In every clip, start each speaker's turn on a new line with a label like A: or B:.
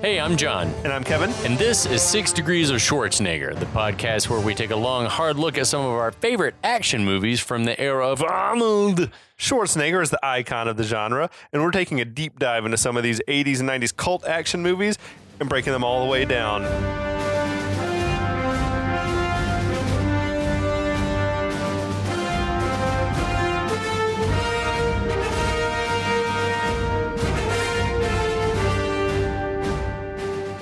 A: Hey, I'm John,
B: And I'm Kevin.
A: and this is Six Degrees of Schwarzenegger, the podcast where we take a long, hard look at some of our favorite action movies from the era of Arnold.
B: Schwarzenegger is the icon of the genre, and we're taking a deep dive into some of these 80s and 90s cult action movies and breaking them all the way down.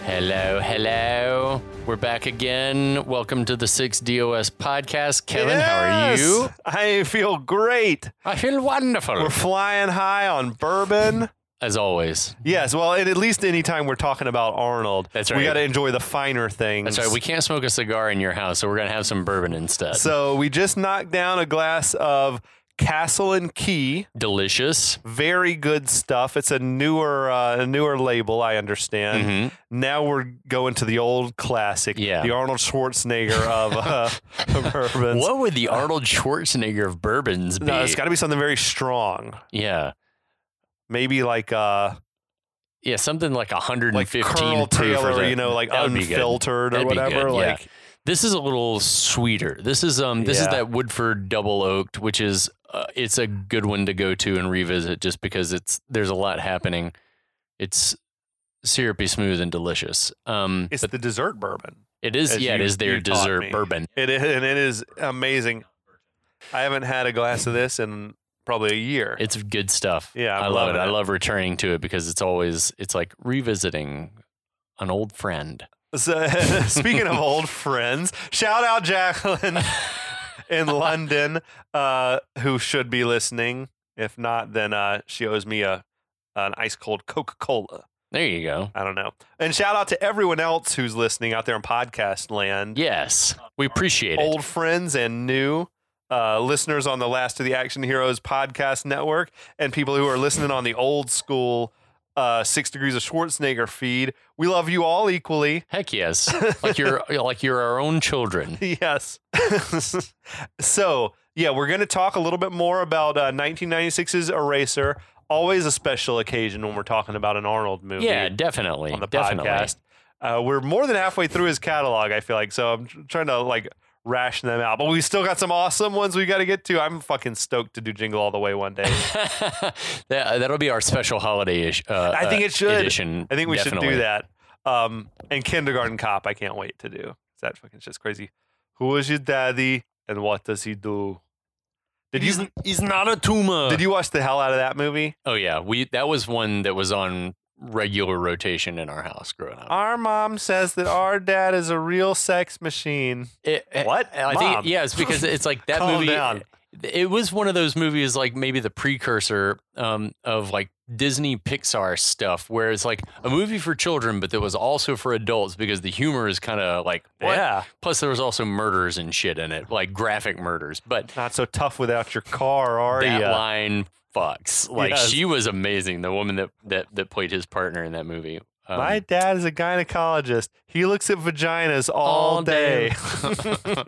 A: Hello, hello. We're back again. Welcome to the Six DOS podcast. Kevin,
B: Yes!
A: how are you?
B: I feel great.
A: I feel wonderful.
B: We're flying high on bourbon.
A: As always.
B: Yes, well, and at least anytime we're talking about Arnold,
A: That's
B: we
A: right.
B: got to enjoy the finer things.
A: Sorry, we can't smoke a cigar in your house, so we're going to have some bourbon instead.
B: so we just knocked down a glass of Castle and Key.
A: Delicious.
B: very good stuff. It's a newer uh, a newer label, I
A: Mm-hmm.
B: understand. Now we're going to the old classic,
A: Yeah.
B: the Arnold Schwarzenegger of uh, bourbons.
A: What would the Arnold Schwarzenegger of bourbons be?
B: No, it's got to be something very strong.
A: yeah.
B: Maybe like uh,
A: Yeah, something like
B: like
A: 115
B: Colonel
A: Mm, proof
B: Taylor,
A: the-
B: you know, like
A: That would be good.
B: unfiltered or
A: That'd be good,
B: whatever.
A: yeah.
B: like
A: This is a little sweeter. This is um this is
B: Yeah.
A: that Woodford double oaked, which is uh, it's a good one to go to and revisit just because it's there's a lot happening. It's syrupy smooth and delicious. Um
B: it's the dessert bourbon.
A: it is
B: as
A: yeah, it
B: you-
A: is their
B: you taught
A: dessert
B: me.
A: bourbon.
B: It is, and it is amazing. I haven't had a glass of this in probably a year.
A: It's good stuff.
B: Yeah, I'm
A: I love it.
B: loving
A: I
B: it.
A: love returning to it because it's always it's like revisiting an old friend.
B: So, speaking of old friends, shout out Jacqueline in London, uh, who should be listening. If not, then uh, she owes me a an ice cold Coca Cola.
A: There you go.
B: I don't know. And shout out to everyone else who's listening out there in podcast land,
A: Yes. We appreciate it.
B: old friends and new. Uh, listeners on the Last of the Action Heroes podcast network, and people who are listening on the old school uh, Six Degrees of Schwarzenegger feed. We love you all equally.
A: Heck yes. Like you're like you're our own children.
B: Yes. so, yeah, we're going to talk a little bit more about uh, 1996's Eraser. Always a special occasion when we're talking about an Arnold movie
A: Yeah, definitely.
B: on the
A: definitely.
B: podcast. Uh, we're more than halfway through his catalog, I feel like. So I'm tr- trying to like ration them out. But we still got some awesome ones we got to get to. I'm fucking stoked to do Jingle All the Way one day.
A: that, that'll be our special holiday ish. Uh,
B: I think
A: uh,
B: it should.
A: Edition,
B: I think we should
A: definitely.
B: do that. Um, and Kindergarten Cop, I can't wait to do. That fucking shit's crazy. Who is your daddy and what does he do? Did you
A: he's not a tumor.
B: did you watch the hell out of that movie?
A: oh yeah, we that was one that was on regular rotation in our house growing up.
B: Our mom says that our dad is a real sex machine.
A: It- it-
B: What?
A: I
B: Mom.
A: think yeah, it's because it's like that
B: Calm
A: movie.
B: down.
A: It was one of those movies, like maybe the precursor um, of like Disney Pixar stuff, where it's like a movie for children, but that was also for adults because the humor is kind of like what?
B: Yeah.
A: Plus, there was also murders and shit in it, like graphic murders. But
B: Not so tough without your car, are
A: that
B: you?
A: line fucks. Like
B: Yes.
A: she was amazing. The woman that that that played his partner in that movie. Um,
B: My dad is a gynecologist. He looks at vaginas all,
A: All
B: day.
A: day.
B: Oh,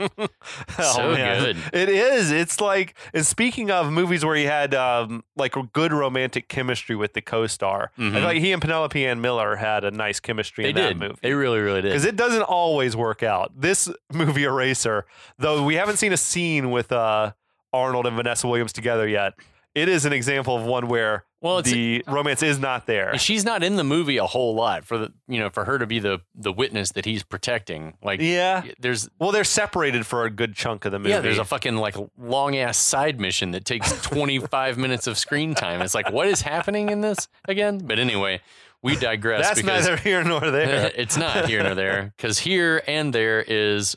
A: So good.
B: It is. It's like, and speaking of movies where he had um, like good romantic chemistry with the co star, I
A: Mhm.
B: feel like he and Penelope Ann Miller had a nice chemistry
A: they
B: in
A: did.
B: that movie.
A: They really, really did.
B: because it doesn't always work out. This movie Eraser, though we haven't seen a scene with uh, Arnold and Vanessa Williams together yet, it is an example of one where
A: Well, it's-
B: the romance is not there.
A: She's not in the movie a whole lot for the you know for her to be the the witness that he's protecting. Like
B: Yeah.
A: there's
B: Well, they're separated for a good chunk of the movie.
A: yeah there's a fucking like long ass side mission that takes 25 minutes of screen time. It's like what is happening in this again? But anyway, we digress.
B: That's
A: because
B: neither here nor there.
A: it's not here nor there because here and there is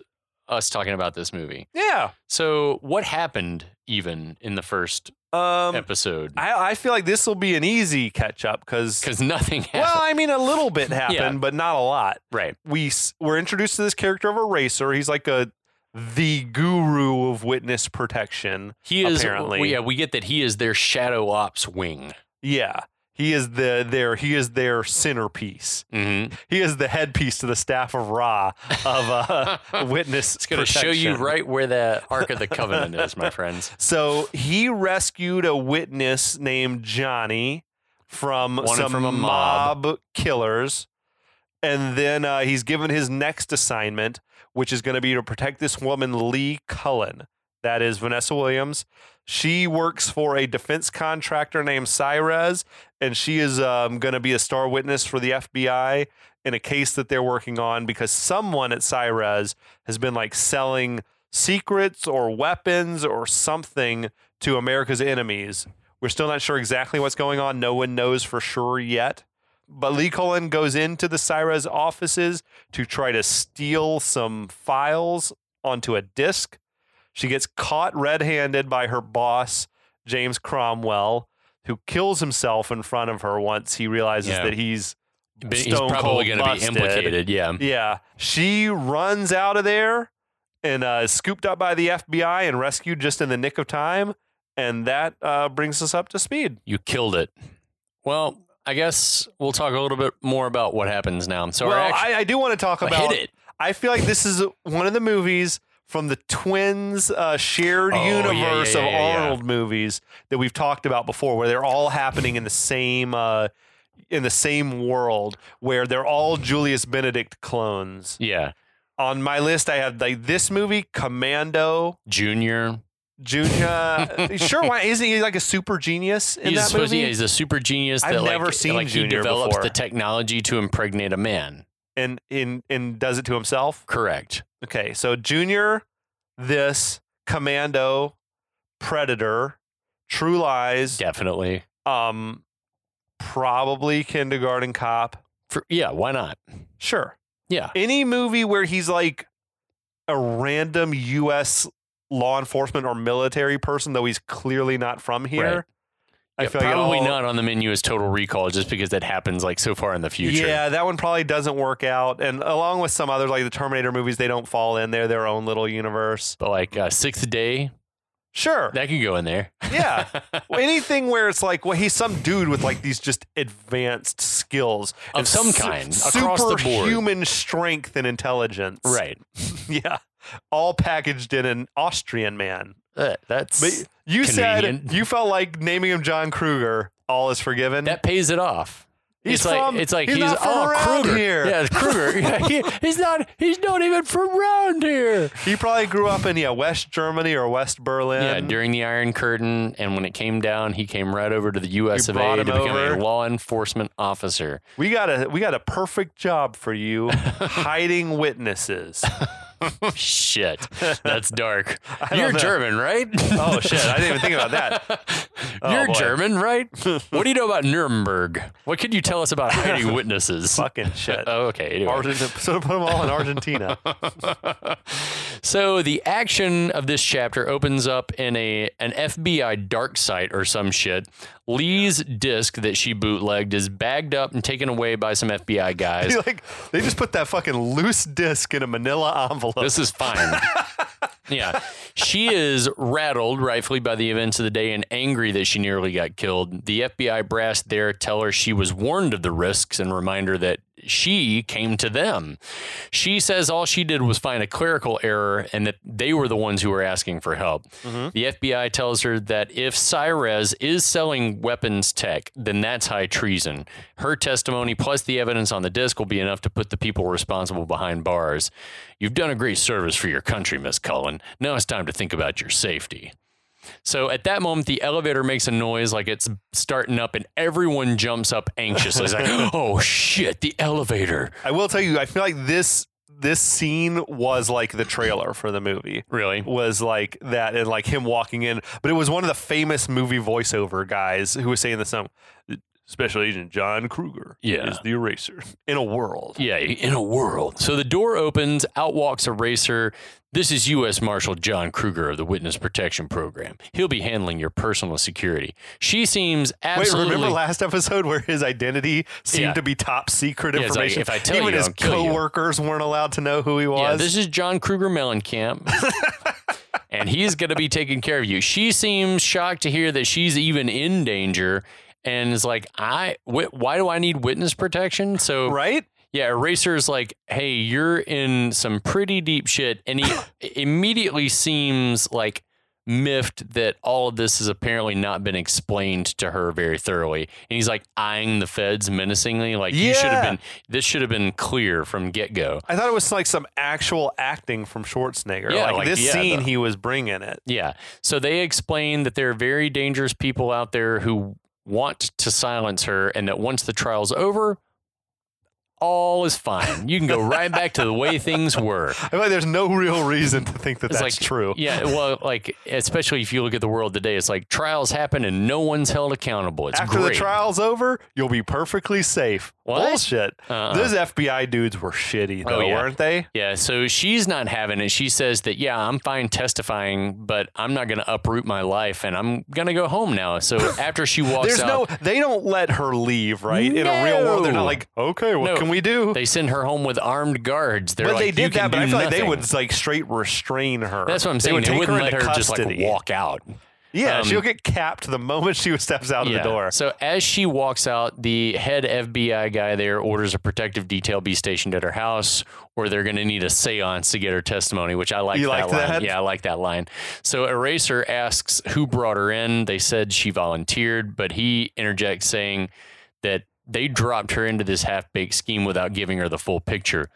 A: us talking about this movie.
B: yeah.
A: So, what happened even in the first
B: Um,
A: episode?
B: I, I feel like this will be an easy catch up because,
A: Because nothing happened.
B: well, I mean, a little bit happened, but not a lot.
A: right.
B: we s- we're introduced to this character of a racer. He's like a the guru of witness protection.
A: He is
B: Apparently.
A: well, yeah, we get that he is their shadow ops wing.
B: Yeah. He is the their he is their centerpiece.
A: Mm-hmm.
B: He is the headpiece to the staff of Ra of uh, witness.
A: It's going to show you
B: protection.
A: right where the Ark of the Covenant is, my friends.
B: So he rescued a witness named Johnny from
A: Wanted
B: some
A: from a mob.
B: mob. killers. And then uh, he's given his next assignment, which is going to be to protect this woman, Lee Cullen. That is Vanessa Williams. She works for a defense contractor named Cyrez, and she is um, going to be a star witness for the FBI in a case that they're working on because someone at Cyrez has been like selling secrets or weapons or something to America's enemies. We're still not sure exactly what's going on. No one knows for sure yet. But Lee Cullen goes into the Cyrez offices to try to steal some files onto a disk. She gets caught red handed by her boss, James Cromwell, who kills himself in front of her once he realizes
A: Yeah.
B: that he's
A: But he's
B: Stone
A: probably
B: Cold
A: going to be
B: busted.
A: implicated. Yeah.
B: yeah, she runs out of there and uh, is scooped up by the FBI and rescued just in the nick of time. And that uh, brings us up to speed.
A: You killed it. Well, I guess we'll talk a little bit more about what happens now. So
B: well,
A: our action,
B: I, I do want to talk
A: hit
B: about.
A: it.
B: I feel like this is one of the movies from the twins' uh, shared
A: Oh, yeah, yeah,
B: universe
A: yeah,
B: of
A: yeah, yeah.
B: Arnold movies that we've talked about before, where they're all happening in the same uh, in the same world, where they're all Julius Benedict clones.
A: Yeah.
B: On my list, I have like this movie, Commando.
A: Junior.
B: Junior. sure, why isn't he like a super genius in
A: He's
B: that
A: supposed
B: movie?
A: yeah, he's a super genius
B: I've
A: that like,
B: never seen
A: like he
B: Junior
A: develops the
B: before.
A: technology to impregnate a man.
B: and in and does it to himself.
A: Correct.
B: Okay, so Junior, this Commando, Predator, True Lies,
A: Definitely.
B: um, probably Kindergarten Cop.
A: For, yeah, why not?
B: Sure,
A: Yeah.
B: any movie where he's like a random U.S. law enforcement or military person, though he's clearly not from here.
A: Right.
B: I
A: Yeah,
B: feel like oh,
A: probably
B: all-
A: not on the menu is total recall just because that happens like so far in the future.
B: Yeah, that one probably doesn't work out. And along with some others, like the Terminator movies, they don't fall in. They're their own little universe.
A: But like uh, sixth day,
B: Sure.
A: that can go in there.
B: yeah. Well, anything where it's like, well, he's some dude with like these just advanced skills
A: Of
B: and
A: some kind, across the board.
B: Human strength and intelligence.
A: right.
B: Yeah. All packaged in an Austrian man.
A: Uh, that's
B: But you
A: Convenient.
B: said you felt like naming him John Kruger. All is forgiven.
A: that pays it off.
B: He's
A: it's
B: from-
A: like it's like
B: he's
A: he's,
B: not from
A: oh,
B: around
A: Kruger.
B: here.
A: Yeah, Kruger. Yeah, he- he's not he's not even from around here.
B: he probably grew up in yeah West Germany or West Berlin.
A: yeah, during the Iron Curtain, and when it came down, he came right over to the U.S.
B: We
A: of A
B: brought
A: to
B: him
A: become
B: over.
A: a law enforcement officer.
B: We got a we got a perfect job for you hiding witnesses.
A: Shit, that's dark.
B: don't
A: You're
B: know.
A: German, right?
B: Oh shit, I didn't even think about that. Oh,
A: You're
B: boy.
A: German, right? What do you know about Nuremberg? What could you tell us about hiding witnesses?
B: Fucking shit.
A: Oh, okay. anyway.
B: Argent- so put them all in Argentina.
A: So the action of this chapter opens up in a an FBI dark site or some shit. Lee's disc that she bootlegged is bagged up and taken away by some FBI guys.
B: Be like they just put that fucking loose disc in a manila envelope.
A: This is fine. yeah. She is rattled, rightfully, by the events of the day and angry that she nearly got killed. The FBI brass there tell her she was warned of the risks and remind her that she came to them. She says all she did was find a clerical error and that they were the ones who were asking for help. The FBI tells her that if Cyrez is selling weapons tech, then that's high treason. Her testimony plus the evidence on the disc will be enough to put the people responsible behind bars. You've done a great service for your country, Miss Cullen. Now it's time to think about your safety. So at that moment, the elevator makes a noise like it's starting up, and everyone jumps up anxiously. It's like, oh shit, the elevator.
B: I will tell you, I feel like this this scene was like the trailer for the movie.
A: Really?
B: Was like that and like him walking in, but it was one of the famous movie voiceover guys who was saying this song. Special Agent John Kruger
A: Yeah.
B: is the eraser in a world.
A: Yeah, in a world. So the door opens, out walks a racer. This is U.S. Marshal John Kruger of the Witness Protection Program. He'll be handling your personal security. She seems absolutely.
B: Wait, remember last episode where his identity seemed
A: Yeah.
B: to be top secret
A: Yeah, it's like,
B: information?
A: if I tell
B: Even
A: you,
B: his
A: I'll kill you.
B: coworkers weren't allowed to know who he was.
A: Yeah, this is John Kruger Mellencamp. and he's going to be taking care of you. She seems shocked to hear that she's even in danger and is like, I, wh- why do I need witness protection? So,
B: right?
A: yeah, Eraser's like, hey, you're in some pretty deep shit. And he immediately seems like miffed that all of this has apparently not been explained to her very thoroughly. And he's like eyeing the feds menacingly. Like, you should have
B: Yeah.
A: been, this should have been clear from get go.
B: I thought it was like some actual acting from Schwarzenegger.
A: Yeah,
B: like,
A: like,
B: this
A: yeah,
B: scene
A: the-
B: he was bringing it.
A: Yeah. So they explain that there are very dangerous people out there who want to silence her, and that once the trial's over, all is fine. You can go right back to the way things were.
B: I feel like there's no real reason to think that
A: It's
B: that's
A: like-
B: true.
A: Yeah. Well, like, especially if you look at the world today, it's like trials happen and no one's held accountable. It's
B: After
A: great.
B: the trial's over, you'll be perfectly safe.
A: What?
B: Bullshit.
A: Uh-uh.
B: Those FBI dudes were shitty, though,
A: Oh, yeah.
B: weren't they?
A: Yeah, so she's not having it. She says that, yeah, I'm fine testifying, but I'm not going to uproot my life and I'm going to go home now. So after she walks
B: There's
A: out,
B: no, they don't let her leave, right? In a real world, they're not
A: No.
B: like, okay, what
A: No.
B: can we do?
A: They send her home with armed guards. They're
B: but
A: like,
B: they
A: "You
B: did
A: can
B: that, but
A: do
B: I feel like they
A: nothing."
B: would like straight restrain her.
A: That's what I'm saying.
B: They would
A: They,
B: take
A: wouldn't
B: her
A: let
B: into
A: her just like
B: custody.
A: walk out.
B: Yeah,
A: um,
B: she'll get capped the moment she steps out of the door.
A: So as she walks out, the head FBI guy there orders a protective detail be stationed at her house, or they're going to need a seance to get her testimony. Which I like.
B: You
A: that line.
B: like that?
A: Yeah, I like that line. So Eraser asks who brought her in. They said she volunteered, but he interjects saying that they dropped her into this half baked scheme without giving her the full picture.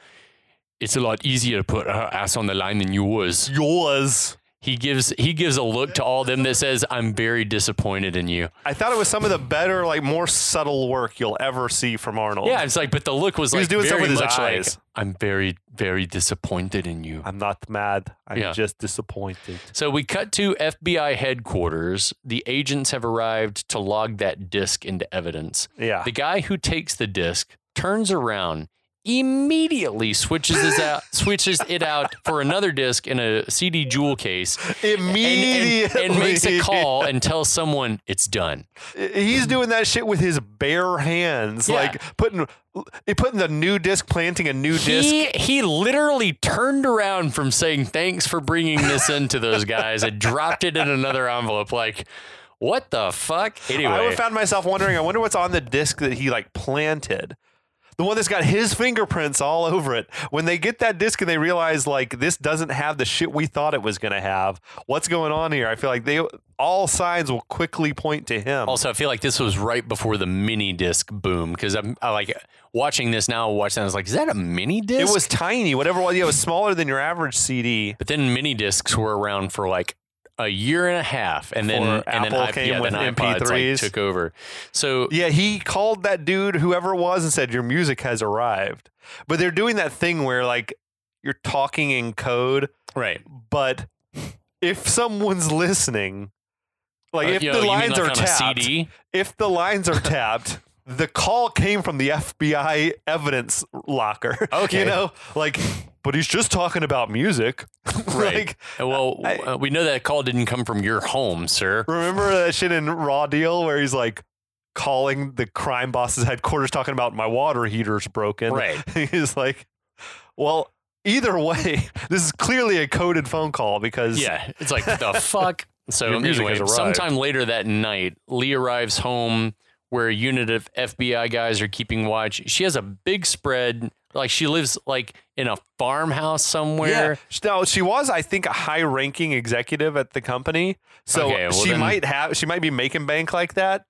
A: It's a lot easier to put her ass on the line than you was.
B: Yours.
A: He gives he gives a look to all them that says, "I'm very disappointed in you."
B: I thought it was some of the better, like more subtle work you'll ever see from Arnold.
A: Yeah, it's like, but the look was
B: He
A: like
B: was doing
A: very
B: something with his
A: much
B: eyes.
A: like, I'm very, very disappointed in you.
B: I'm not mad. I'm
A: Yeah.
B: just disappointed.
A: So we cut to FBI headquarters. The agents have arrived to log that disc into evidence.
B: Yeah.
A: The guy who takes the disc turns around, immediately switches this out, switches it out for another disc in a CD jewel case,
B: Immediately.
A: and, and, and makes a call and tells someone it's done.
B: He's doing that shit with his bare hands,
A: Yeah.
B: like putting putting the new disc, planting a new disc.
A: He, he literally turned around from saying thanks for bringing this into those guys and dropped it in another envelope. Like, what the fuck?
B: I
A: Anyway,
B: always found myself wondering. I wonder what's on the disc that he like planted. The one that's got his fingerprints all over it. When they get that disc and they realize like this doesn't have the shit we thought it was gonna have. What's going on here? I feel like they all signs will quickly point to him.
A: also I feel like this was right before the mini disc boom because I'm I like watching this now. Watching, I was like, is that a mini
B: it
A: disc?
B: was tiny, whatever. it was. Yeah, it was smaller than your average CD.
A: but then mini discs were around for like a year and a half, and then
B: Before
A: and then
B: Apple
A: iP-
B: came
A: yeah,
B: with
A: then iPods like,
B: MP3s.
A: took over. So
B: Yeah, he called that dude, whoever it was, and said, Your music has arrived. But they're doing that thing where, like, you're talking in code,
A: right,
B: but if someone's listening, like,
A: Uh,
B: if
A: yo, you
B: the
A: mean
B: lines
A: like
B: are
A: on a
B: tapped,
A: CD?
B: if the lines are tapped, the call came from the FBI evidence locker.
A: Okay.
B: You know, like, but he's just talking about music.
A: Right.
B: like,
A: Well,
B: I-
A: uh, we know that call didn't come from your home, sir.
B: Remember that shit in Raw Deal where he's like calling the crime boss's headquarters talking about my water heater's broken.
A: Right.
B: he's like, well, either way, this is clearly a coded phone call because
A: Yeah, it's like the fuck. So
B: Your music
A: anyway,
B: has arrived.
A: sometime later that night, Lee arrives home where a unit of FBI guys are keeping watch. She has a big spread, like she lives like in a farmhouse
B: Yeah.
A: somewhere.
B: Now she was, I think, a high-ranking executive at the company, so
A: Okay, well
B: she
A: then-
B: might have, she might be making bank like that.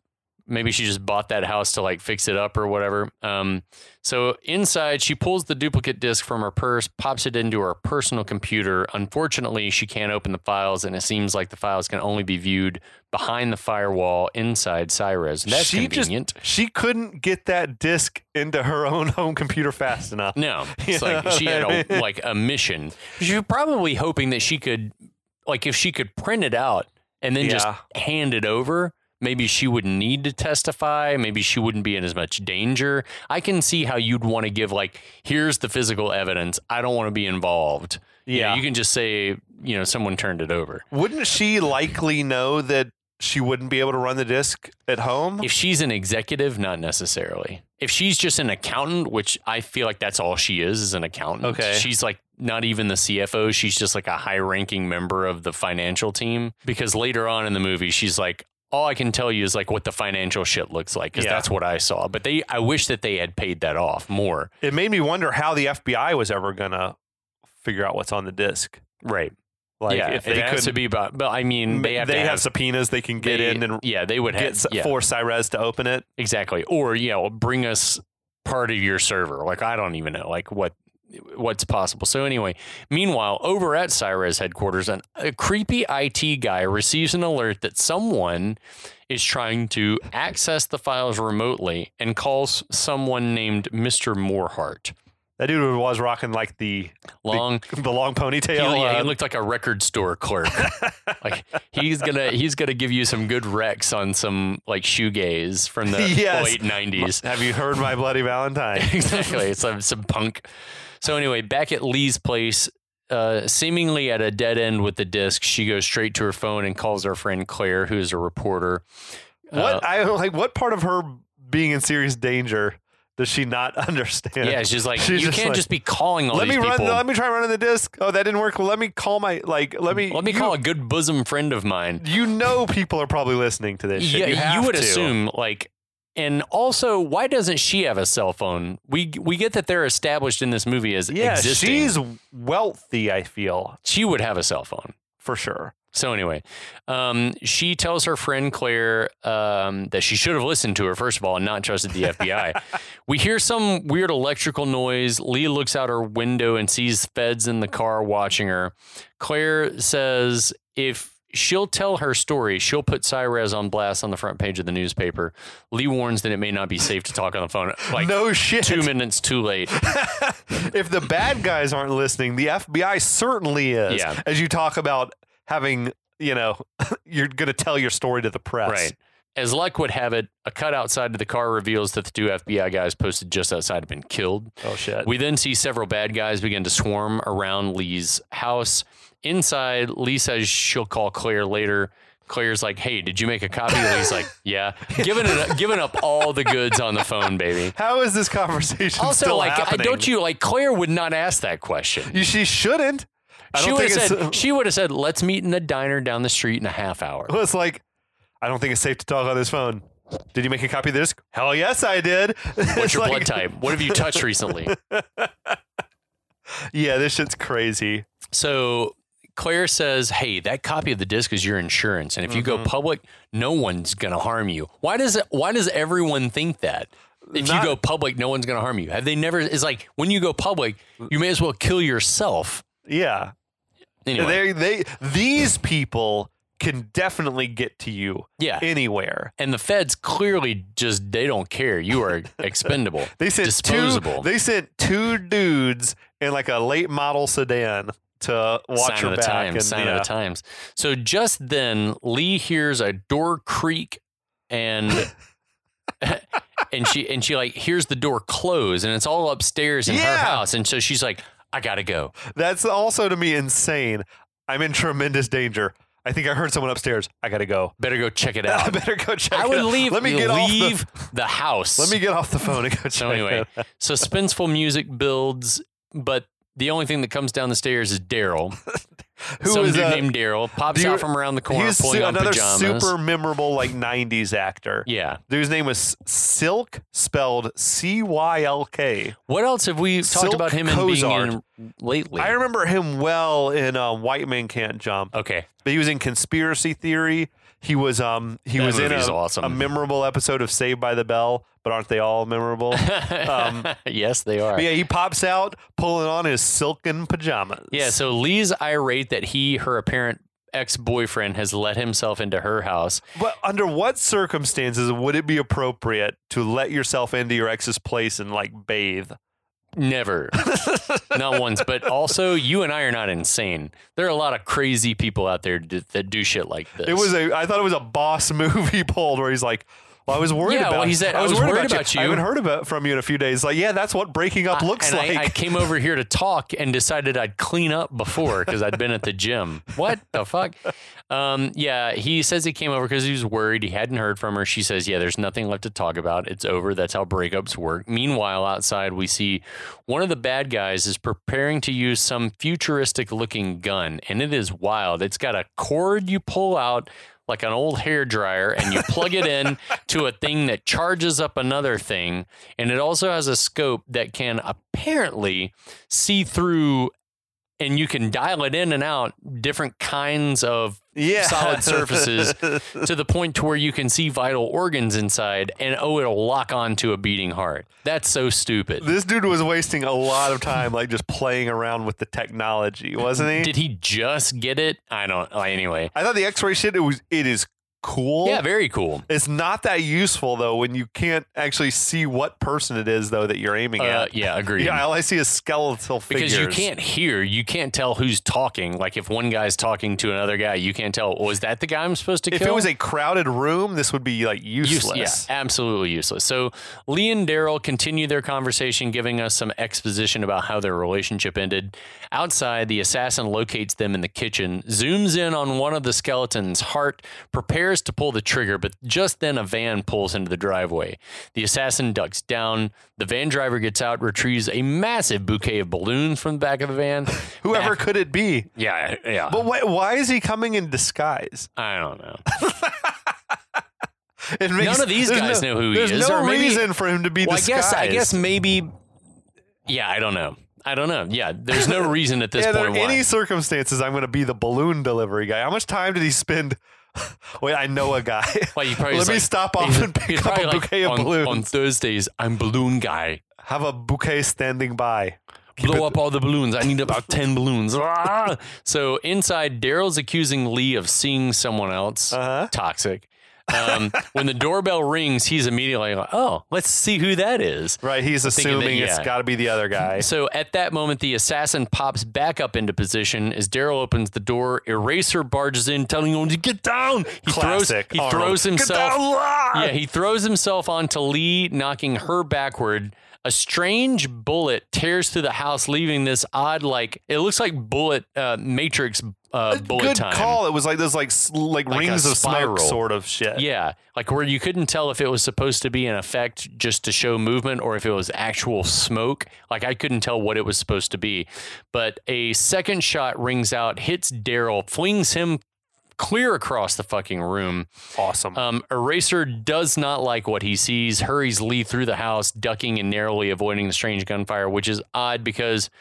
A: Maybe she just bought that house to like fix it up or whatever. Um, so inside, she pulls the duplicate disc from her purse, pops it into her personal computer. Unfortunately, she can't open the files, and it seems like the files can only be viewed behind the firewall inside Cyrus. That's
B: she
A: convenient.
B: just she couldn't get that disc into her own home computer fast enough.
A: No, it's
B: You
A: like
B: know
A: she
B: what
A: had
B: I
A: a, like a mission. She was probably hoping that she could, like, if she could print it out and then just
B: Yeah.
A: hand it over. Maybe she would need to testify. Maybe she wouldn't be in as much danger. I can see how you'd want to give, like, here's the physical evidence. I don't want to be involved. You know,
B: Yeah.
A: you can just say, you know, someone turned it over.
B: Wouldn't she likely know that she wouldn't be able to run the disc at home?
A: If she's an executive, not necessarily. If she's just an accountant, which I feel like that's all she is, is an accountant.
B: Okay.
A: She's like not even the CFO. She's just like a high ranking member of the financial team. Because later on in the movie, she's like, all I can tell you is like what the financial shit looks like, because
B: Yeah.
A: that's what I saw. But they, I wish that they had paid that off more.
B: It made me wonder how the FBI was ever gonna figure out what's on the disc.
A: Right.
B: Like
A: yeah.
B: if
A: it
B: they
A: has
B: could
A: to be about, but I mean, they have to have,
B: subpoenas they can get
A: they-
B: in and
A: yeah, they would
B: get
A: have,
B: s-
A: yeah.
B: force Cyrez to open it.
A: Exactly. Or you know, bring us part of your server. Like I don't even know like what what's possible. So anyway, meanwhile, over at Cyrez headquarters, an, a creepy IT guy receives an alert that someone is trying to access the files remotely and calls someone named Mr. Moorhart.
B: That dude was rocking like the
A: Long
B: the long
A: he,
B: ponytail.
A: yeah, he
B: uh,
A: looked like a record store clerk. like he's gonna he's gonna give you some good recs on some like shoegaze from the
B: Yes.
A: late nineties.
B: Have you heard my bloody Valentine?
A: exactly. It's some, some punk. So anyway, back at Lee's place, uh, seemingly at a dead end with the disc, she goes straight to her phone and calls her friend Claire, who is a reporter. Uh,
B: what I like? What part of her being in serious danger does she not understand?
A: yeah, she's like,
B: She's
A: you
B: just
A: can't
B: like,
A: just be calling all
B: let
A: these
B: me run.
A: people.
B: Let me try running the disc. Oh, that didn't work. Well, let me call my like. Let me.
A: Let me
B: you,
A: call a good bosom friend of mine.
B: You know, people are probably listening to this. Shit.
A: Yeah,
B: you, have
A: would
B: to.
A: assume like. And also, why doesn't she have a cell phone? We we get that they're established in this movie as
B: Yeah,
A: existing.
B: she's wealthy. I feel
A: she would have a cell phone.
B: for sure.
A: So anyway, um, she tells her friend Claire um, that she should have listened to her first of all and not trusted the FBI. we hear some weird electrical noise. Lee looks out her window and sees feds in the car watching her. Claire says if she'll tell her story, she'll put Cyrez on blast on the front page of the newspaper. Lee warns that it may not be safe to talk on the phone. Like
B: no shit.
A: two minutes too late.
B: if the bad guys aren't listening, the FBI certainly is.
A: Yeah.
B: As you talk about having, you know, you're going to tell your story to the press.
A: Right. As luck would have it, a cut outside of the car reveals that the two FBI guys posted just outside have been killed.
B: Oh shit.
A: We then see several bad guys begin to swarm around Lee's house. Inside, Lee says she'll call Claire later. Claire's like, "Hey, did you make a copy?" Lee's like, "Yeah." Giving it, giving up all the goods on the phone, baby.
B: How is this conversation
A: Also,
B: still
A: like,
B: happening?
A: I, don't you like Claire would not ask that question.
B: You- She shouldn't. I
A: she
B: don't
A: would
B: think
A: have
B: it's.
A: said, "She would have said, let's meet in the diner down the street in a half hour."
B: it's like, I don't think it's safe to talk on this phone. Did you make a copy of this? Hell yes, I did.
A: What's your blood type? What have you touched recently?
B: Yeah, this shit's crazy.
A: So Claire says, "Hey, that copy of the disc is your insurance, and if you go public, no one's gonna harm you." Why does it, why does everyone think that? If
B: Not-
A: you go public, no one's gonna harm you. Have they never? It's like when you go public, you may as well kill yourself.
B: Yeah.
A: Anyway,
B: They, they, these people can definitely get to you
A: yeah.
B: anywhere.
A: and the feds clearly just they don't care. You are expendable.
B: They sent
A: disposable.
B: two. They sent two dudes in like a late model sedan to watch
A: sign
B: her
A: of the
B: back.
A: times,
B: and,
A: sign
B: yeah.
A: of the times. So just then, Lee hears a door creak, and and she and she like hears the door close, and it's all upstairs in her
B: Yeah.
A: house, and so she's like, "I gotta go."
B: That's also to me insane. I'm in tremendous danger. I think I heard someone upstairs. I gotta go.
A: Better go check it
B: I
A: out.
B: better go check.
A: I
B: it
A: would
B: out.
A: leave.
B: Let me get
A: leave
B: off
A: the, house.
B: the. Let me get off the phone and go check.
A: So anyway,
B: it out.
A: suspenseful music builds, but the only thing that comes down the stairs is Daryl.
B: Who
A: Some
B: is,
A: dude
B: uh,
A: named Daryl pops
B: do you-
A: out from around the corner,
B: he's
A: pulling
B: su-
A: on
B: another
A: pajamas.
B: super memorable like '90s actor.
A: yeah.
B: Dude's name was Silk, spelled C Y L K.
A: What else have we talked
B: Silk
A: about him in being
B: Cozart.
A: in lately?
B: I remember him well in uh, White Man Can't Jump.
A: Okay.
B: but he was in conspiracy theory. He was um he
A: That
B: was in a,
A: movie's awesome.
B: a memorable episode of Saved by the Bell, but aren't they all memorable? Um,
A: yes, they are.
B: but yeah, he pops out pulling on his silken pajamas.
A: Yeah, so Lee's irate that he, her apparent ex boyfriend, has let himself into her house.
B: But under what circumstances would it be appropriate to let yourself into your ex's place and like bathe?
A: Never. not once. But also, you and I are not insane. There are a lot of crazy people out there d- that do shit like this.
B: It was a. I thought it was a boss move he pulled where he's like, "Well, I was worried
A: Yeah,
B: about.
A: well, he said, "I was worried about you."
B: I haven't heard about from you in a few days. Like, yeah, that's what breaking up looks
A: and I-
B: like.
A: I, came over here to talk and decided I'd clean up before because I'd been at the gym. What the fuck? Um, yeah, he says he came over because he was worried. He hadn't heard from her. She says, Yeah, there's nothing left to talk about. It's over. That's how breakups work. Meanwhile, outside, we see one of the bad guys is preparing to use some futuristic looking gun, and it is wild. It's got a cord you pull out. Like an old hair dryer, and you plug it in to a thing that charges up another thing, and it also has a scope that can apparently see through and you can dial it in and out different kinds of
B: yeah,
A: solid surfaces to the point to where you can see vital organs inside and oh it'll lock onto a beating heart that's so stupid
B: This dude was wasting a lot of time, like just playing around with the technology, wasn't he?
A: did he just get it i don't oh, anyway
B: I thought the X-ray shit. It was. It is cool.
A: yeah very cool
B: It's not that useful though when you can't actually see what person it is though that you're aiming
A: yeah, uh,
B: at.
A: yeah agreed
B: Yeah, all I see is skeletal
A: because
B: figures.
A: you can't hear, you can't tell who's talking. Like if one guy's talking to another guy, you can't tell. Was that the guy I'm supposed to
B: If
A: kill?
B: it was a crowded room, this would be like
A: Use-
B: useless.
A: yeah, absolutely useless. So Lee and Daryl continue their conversation, giving us some exposition about how their relationship ended. Outside, the assassin locates them in the kitchen, zooms in on one of the skeleton's heart, prepares to pull the trigger, but just then a van pulls into the driveway. The assassin ducks down. The van driver gets out, retrieves a massive bouquet of balloons from the back of the van.
B: Whoever
A: Back-
B: could it be?
A: yeah, yeah.
B: But why, why is he coming in disguise?
A: I don't know.
B: It makes-
A: None of these
B: there's
A: guys
B: no-
A: know who he
B: there's
A: is,
B: no
A: or maybe-
B: reason for him to be
A: Well, I
B: disguised.
A: guess I guess maybe. Yeah, I don't know. I don't know. Yeah, there's no reason at this
B: Yeah,
A: point
B: under any
A: why.
B: circumstances, I'm going to be the balloon delivery guy. How much time did he spend? Wait, I know a guy.
A: Well, you probably was
B: Let me
A: like-
B: stop off and
A: He's
B: pick up
A: probably
B: a
A: like,
B: bouquet
A: on,
B: of balloons.
A: on Thursdays. I'm balloon guy.
B: Have a bouquet standing by.
A: Blow up all the balloons. I need about ten balloons. Ah! so inside, Daryl's accusing Lee of seeing someone else.
B: Uh-huh.
A: Toxic. Um, when the doorbell rings, he's immediately like, "Oh, let's see who that is."
B: Right, he's
A: thinking that-
B: assuming it's
A: yeah.
B: got to be the other guy.
A: So at that moment, the assassin pops back up into position as Daryl opens the door. Eraser barges in, telling him to get down. He
B: Classic.
A: throws. He
B: Arnold.
A: throws himself.
B: Get down, la!
A: Yeah, he throws himself onto Lee, knocking her backward. A strange bullet tears through the house, leaving this odd, like it looks like bullet uh, matrix uh, bullet
B: Good
A: time.
B: call. It was like those like s- like,
A: Like a
B: rings of
A: spiral.
B: smoke sort of shit.
A: Yeah, like where you couldn't tell if it was supposed to be an effect just to show movement or if it was actual smoke. Like I couldn't tell what it was supposed to be. But a second shot rings out, hits Daryl, flings him clear across the fucking room.
B: Awesome.
A: Um, Eraser does not like what he sees, hurries Lee through the house, ducking and narrowly avoiding the strange gunfire, which is odd because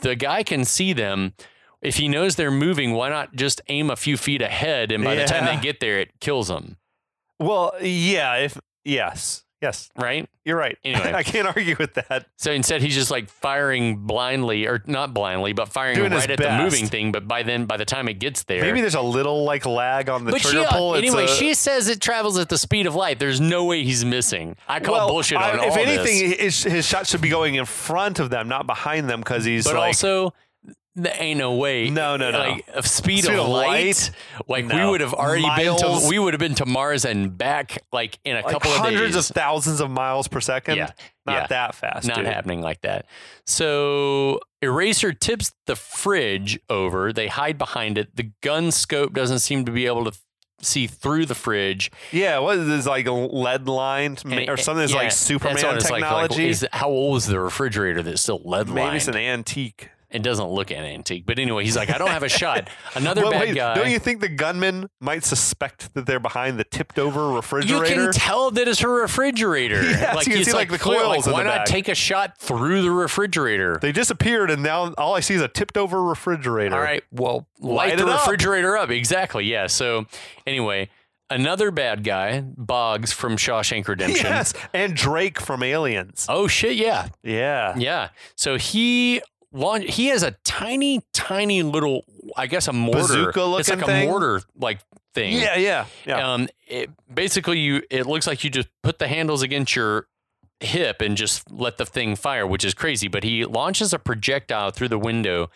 A: the guy can see them. If he knows they're moving, why not just aim a few feet ahead? And by the time
B: Yeah.
A: they get there, it kills them,
B: well, yeah. If yes, yes,
A: right?
B: you're right.
A: Anyway.
B: I can't argue with that.
A: So instead, he's just like firing blindly, or not blindly, but firing
B: Doing his
A: right at
B: best.
A: the moving thing. But by then, by the time it gets there,
B: Maybe there's a little like lag on the
A: but
B: trigger
A: she,
B: pull. It's
A: anyway,
B: a-
A: she says it travels at the speed of light. There's no way he's missing. I call
B: well,
A: bullshit
B: I-
A: on all
B: if
A: this.
B: anything, his, his shot should be going in front of them, not behind them, because he's
A: but
B: like
A: also there ain't no way.
B: No, no, no.
A: Like of speed,
B: Speed
A: of
B: of
A: light,
B: light?
A: like we
B: No.
A: would have already been
B: Miles?
A: to we would have been to Mars and back like in a
B: like
A: couple of
B: hundreds
A: days.
B: of thousands of miles per second.
A: Yeah.
B: Not
A: Yeah.
B: that fast.
A: not
B: dude.
A: happening like that. So Eraser tips the fridge over. They hide behind it. The gun scope doesn't seem to be able to f- see through the fridge.
B: Yeah, what is this like lead lined
A: And-
B: or something that's
A: Eh, yeah,
B: like
A: that's
B: Superman
A: what it's like, like,
B: technology?
A: is- how old is the refrigerator that's still lead
B: Maybe
A: lined?
B: it's an antique.
A: it doesn't look an antique. But anyway, he's like, I don't have a shot. Another
B: Well,
A: bad
B: wait,
A: guy.
B: Don't you think the gunman might suspect that they're behind the tipped over
A: You
B: refrigerator?
A: can tell that it's her refrigerator.
B: Yes, you can
A: it's
B: see, like, the
A: clear,
B: coils in
A: why
B: the
A: not
B: back.
A: take a shot through the refrigerator?
B: they disappeared, and now all I see is a tipped over refrigerator.
A: All right. Well, light,
B: Light
A: the
B: it up.
A: refrigerator up. Exactly. Yeah. So, anyway, another bad guy, Boggs from Shawshank Redemption.
B: Yes, and Drake from Aliens.
A: Oh shit! Yeah,
B: Yeah.
A: yeah. So he launch. He has a tiny, tiny little. I guess a mortar. It's
B: Bazooka-looking
A: like a
B: thing?
A: mortar like thing.
B: Yeah, yeah, yeah.
A: Um. It, basically, you. It looks like you just put the handles against your hip and just let the thing fire, which is crazy. But he launches a projectile through the window.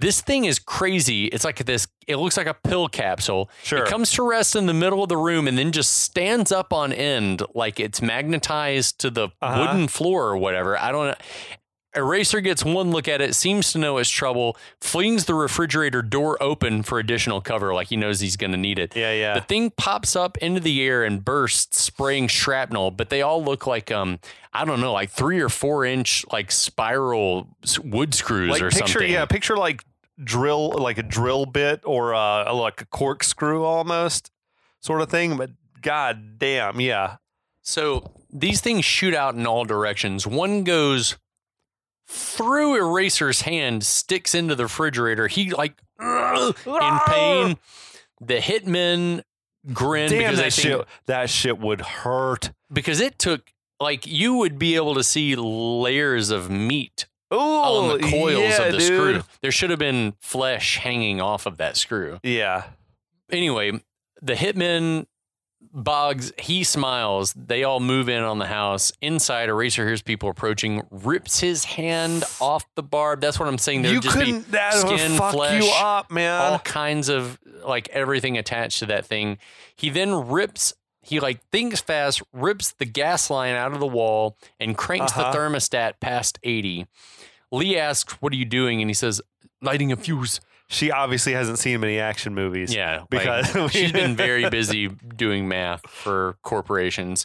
A: This thing is crazy. It's like this, it looks like a pill capsule.
B: Sure.
A: It comes to rest in the middle of the room and then just stands up on end like it's magnetized to the
B: Uh-huh.
A: wooden floor or whatever. I don't know. Eraser gets one look at it, seems to know it's trouble, flings the refrigerator door open for additional cover, like he knows he's going to need it.
B: Yeah, yeah.
A: The thing pops up into the air and bursts, spraying shrapnel. But they all look like um, I don't know, like three or four inch like spiral s- wood screws
B: like
A: or
B: picture,
A: something.
B: yeah, picture like drill, like a drill bit or uh, like a corkscrew almost sort of thing. But god damn, yeah,
A: So these things shoot out in all directions. One goes through Eraser's hand, sticks into the refrigerator. He like in pain. The hitmen grin
B: damn
A: because
B: that
A: they think
B: shit. That shit would hurt.
A: because it took like you would be able to see layers of meat
B: Ooh,
A: on the coils
B: Oh, yeah,
A: of the
B: dude.
A: screw. There should have been flesh hanging off of that screw.
B: Yeah,
A: Anyway, the hitman Boggs, he smiles. They all move in on the house. Inside, Eraser hears people approaching, rips his hand off the barb. That's what I'm saying. There
B: you
A: would just be
B: couldn't. That
A: skin,
B: would fuck you
A: flesh,
B: up, man.
A: all kinds of like everything attached to that thing. He then rips. He like thinks fast, rips the gas line out of the wall, and cranks
B: Uh-huh.
A: the thermostat past eighty. Lee asks, "What are you doing?" And he says, "Lighting a fuse."
B: she obviously hasn't seen many action movies.
A: Yeah, like,
B: because we-
A: she's been very busy doing math for corporations.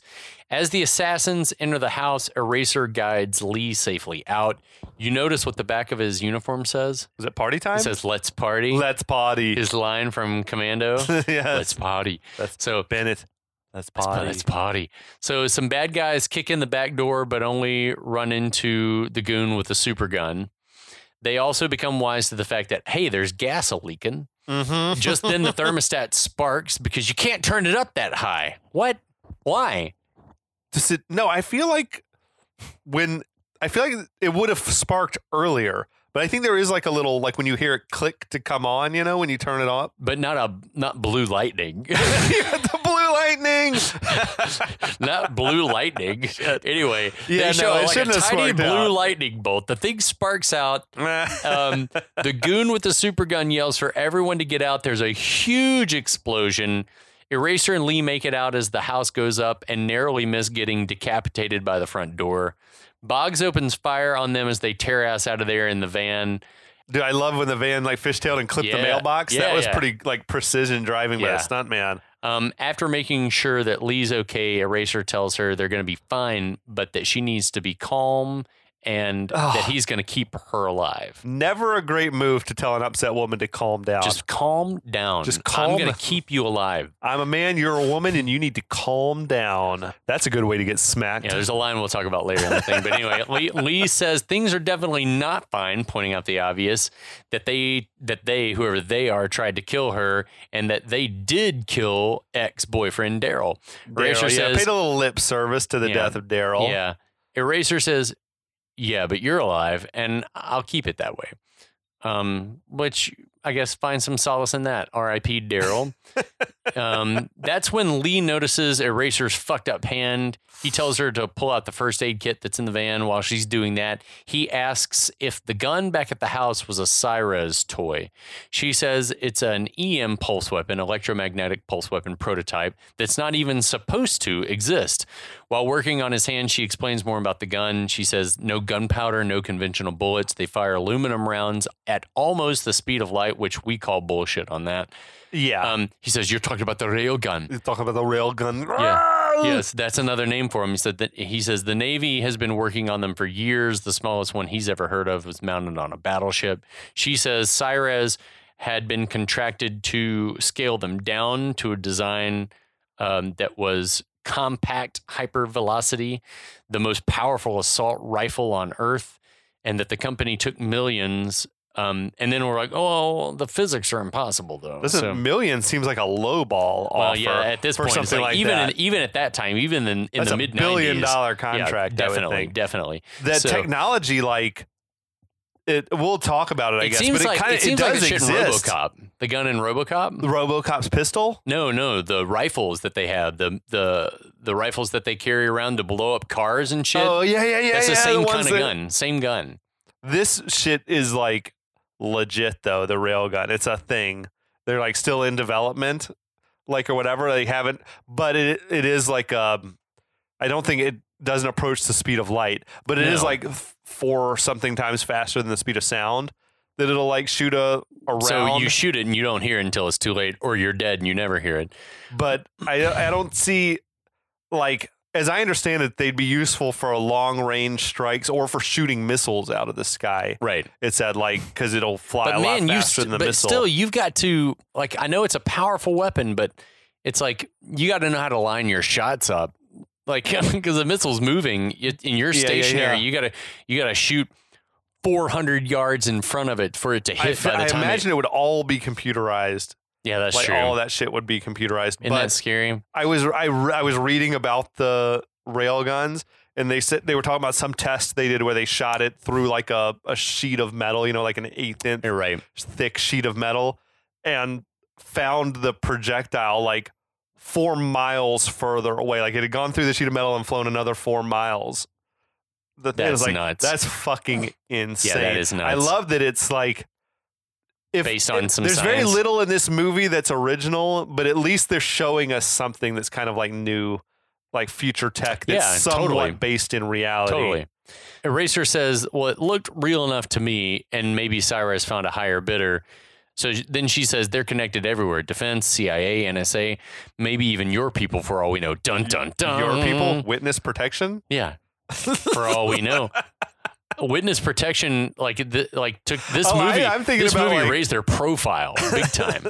A: As the assassins enter the house, Eraser guides Lee safely out. You notice what the back of his uniform says?
B: Is it party time?
A: It says "Let's party."
B: Let's party.
A: his line from Commando.
B: yeah,
A: Let's party.
B: Let's
A: so
B: Bennett. Let's
A: Potty.
B: party.
A: It's potty. So some bad guys kick in the back door, but only run into the goon with a super gun. They also become wise to the fact that hey, there's gas a leaking.
B: Mm-hmm.
A: Just then, the thermostat sparks because you can't turn it up that high. What? Why?
B: Does it, no, I feel like when I feel like it would have sparked earlier, but I think there is like a little like when you hear it click to come on, you know, when you turn it up.
A: But not a not blue lightning,
B: You got the blue lightning.
A: not blue lightning. anyway,
B: Yeah,
A: they
B: no,
A: show
B: it
A: like a
B: shouldn't have
A: tiny
B: sparked
A: blue
B: out.
A: lightning bolt. The thing sparks out. um, the goon with the super gun yells for everyone to get out. There's a huge explosion. Eraser and Lee make it out as the house goes up and narrowly miss getting decapitated by the front door. Boggs opens fire on them as they tear ass out of there in the van.
B: Dude, I love when the van like fishtailed and clipped
A: Yeah.
B: the mailbox.
A: Yeah,
B: that was
A: yeah.
B: pretty like precision driving by
A: Yeah.
B: a stunt man.
A: Um, after making sure that Lee's okay, Eraser tells her they're going to be fine, but that she needs to be calm and
B: Oh.
A: that he's going to keep her alive.
B: Never a great move to tell an upset woman to calm down.
A: Just calm down.
B: Just
A: I'm
B: calm-
A: going to keep you alive.
B: I'm a man, you're a woman, and you need to calm down. That's a good way to get smacked.
A: Yeah, there's a line we'll talk about later in the thing. But anyway, Lee, Lee says things are definitely not fine, pointing out the obvious that they that they whoever they are tried to kill her, and that they did kill ex boyfriend Daryl. Eraser
B: Daryl, yeah,
A: says,
B: paid a little lip service to the
A: Yeah.
B: death of Daryl.
A: "Yeah." Eraser says, "Yeah, but you're alive, and I'll keep it that way." Um, which I guess find some solace in that. R.I.P. Daryl. um, that's when Lee notices Eraser's fucked up hand. He tells her to pull out the first aid kit that's in the van. While she's doing that, he asks if the gun back at the house was a Syra's toy. She says it's an EM pulse weapon, electromagnetic pulse weapon prototype that's not even supposed to exist. While working on his hand, she explains more about the gun. She says no gunpowder, no conventional bullets. They fire aluminum rounds at almost the speed of light, which we call bullshit on that.
B: Yeah.
A: Um, he says, You're talking about the railgun.
B: You talk about the rail gun.
A: Yes, that's another name for him. He said that he says the Navy has been working on them for years. The smallest one he's ever heard of was mounted on a battleship. She says Cyrez had been contracted to scale them down to a design um, that was compact hypervelocity, the most powerful assault rifle on Earth, and that the company took millions. Um, and then we're like, oh, the physics are impossible though.
B: This is
A: So-
B: million seems like a low ball
A: well,
B: offer.
A: yeah, at this
B: for
A: point, it's
B: something
A: like,
B: like
A: even
B: that.
A: In, even at that time, even in, in
B: That's
A: the
B: a
A: mid
B: billion
A: nineties,
B: dollar contract. I would
A: definitely,
B: think.
A: definitely.
B: That
A: So-
B: technology, like, it, we'll talk about it, I
A: it
B: guess.
A: seems
B: but
A: like
B: it, kinda,
A: it seems like
B: does
A: the shit in
B: exist.
A: RoboCop. The gun in RoboCop.
B: RoboCop's pistol.
A: No, no, the rifles that they have, the the the rifles that they carry around to blow up cars and shit.
B: Oh yeah, yeah, yeah.
A: That's
B: yeah,
A: the same kind
B: ones
A: of
B: that-
A: gun. Same gun.
B: This shit is like legit though. The railgun, it's a thing. They're like still in development, like or whatever. They haven't, but it it is like um, I don't think it doesn't approach the speed of light, but it is
A: No.
B: like f- four something times faster than the speed of sound. That it'll like shoot a, a round.
A: So you shoot it and you don't hear it until it's too late, or you're dead and you never hear it.
B: but I I don't see like as I understand it, they'd be useful for long range strikes or for shooting missiles out of the sky.
A: Right.
B: It said like because it'll fly
A: But
B: a
A: man,
B: lot
A: you
B: faster
A: st-
B: than the
A: but
B: missile.
A: still you've got to like I know it's a powerful weapon, but it's like you got to know how to line your shots up. Like because the missile's moving it, and you're
B: Yeah, yeah,
A: stationary,
B: yeah.
A: you gotta you gotta shoot 400 yards in front of it for it to
B: I,
A: hit.
B: f-
A: by the
B: I
A: time it-
B: imagine it, would all be computerized.
A: yeah, that's
B: like
A: true.
B: all that shit would be computerized.
A: Isn't
B: but
A: that scary?
B: I was I, re- I was reading about the rail guns and they said they were talking about some test they did where they shot it through like a, a sheet of metal, you know, like an eighth inch
A: You're right.
B: thick sheet of metal and found the projectile like four miles further away. Like it had gone through the sheet of metal and flown another four miles. The thing is
A: That's
B: like
A: nuts.
B: that's fucking insane.
A: is
B: I
A: nuts.
B: love that it's like if
A: Based on some
B: there's very
A: science.
B: little in this movie that's original, but at least they're showing us something that's kind of like new, like future tech that's
A: Yeah,
B: somewhat
A: totally.
B: based in reality.
A: Totally. Eraser says, "Well, it looked real enough to me, and maybe Cyrus found a higher bidder." So sh- then she says, "They're connected everywhere: defense, CIA, NSA, maybe even your people. For all we know, dun dun dun.
B: Your
A: Um,
B: people witness protection.
A: yeah. For all we know, witness protection like th- like took this
B: Oh, I-
A: movie.
B: I'm thinking
A: this
B: about,
A: movie
B: like-
A: raised their profile big time.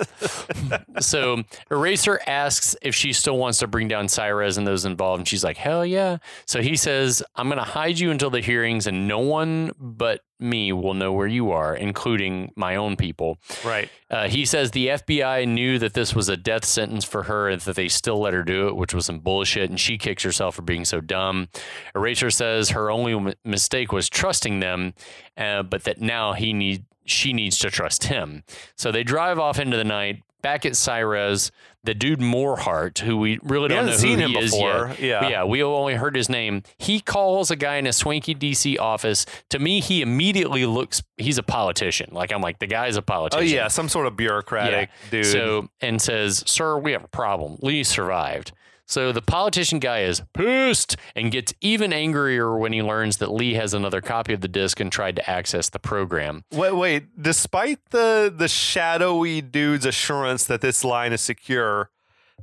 A: so Eraser asks if she still wants to bring down Cyrez and those involved, and she's like, "Hell yeah!" So he says, "I'm going to hide you until the hearings, and no one but me will know where you are, including my own people."
B: Right.
A: Uh, he says the FBI knew that this was a death sentence for her and that they still let her do it, which was some bullshit. And she kicks herself for being so dumb. Eraser says her only m- mistake was trusting them, uh, but that now he need she needs to trust him. So they drive off into the night. Back at Cyrez, the dude Moorhart, who we really
B: We
A: don't know
B: haven't
A: who
B: seen
A: he
B: him
A: is
B: before.
A: yet.
B: Yeah.
A: But yeah, we only heard his name. He calls a guy in a swanky DC office. To me, he immediately looks. He's a politician. Like I'm like the guy's a
B: Oh
A: politician.
B: yeah, some sort of bureaucratic dude.
A: So and says, "Sir, we have a problem. Lee survived." So the politician guy is pissed and gets even angrier when he learns that Lee has another copy of the disc and tried to access the program.
B: wait, wait. Despite the the shadowy dude's assurance that this line is secure,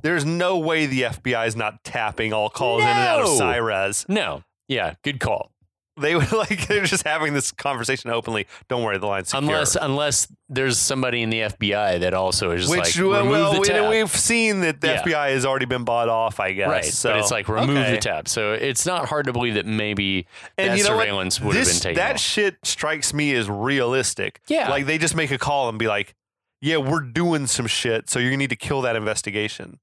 B: there's no way the FBI is not tapping all calls in and out of
A: No.
B: Cyrez.
A: No, yeah, good call.
B: They were like they're just having this conversation openly. Don't worry, the line's secure.
A: Unless unless there's somebody in the FBI that also is just
B: which
A: like remove
B: well,
A: the
B: we,
A: tab.
B: we've seen that the
A: Yeah.
B: FBI has already been bought off. I guess.
A: Right,
B: So.
A: but it's like remove
B: okay.
A: the tab. So it's not hard to believe that maybe
B: And
A: that
B: you know what?
A: surveillance would have been
B: This-
A: taken.
B: That
A: off.
B: shit strikes me as realistic.
A: Yeah.
B: Like they just make a call and be like, yeah, we're doing some shit. So you need to kill that investigation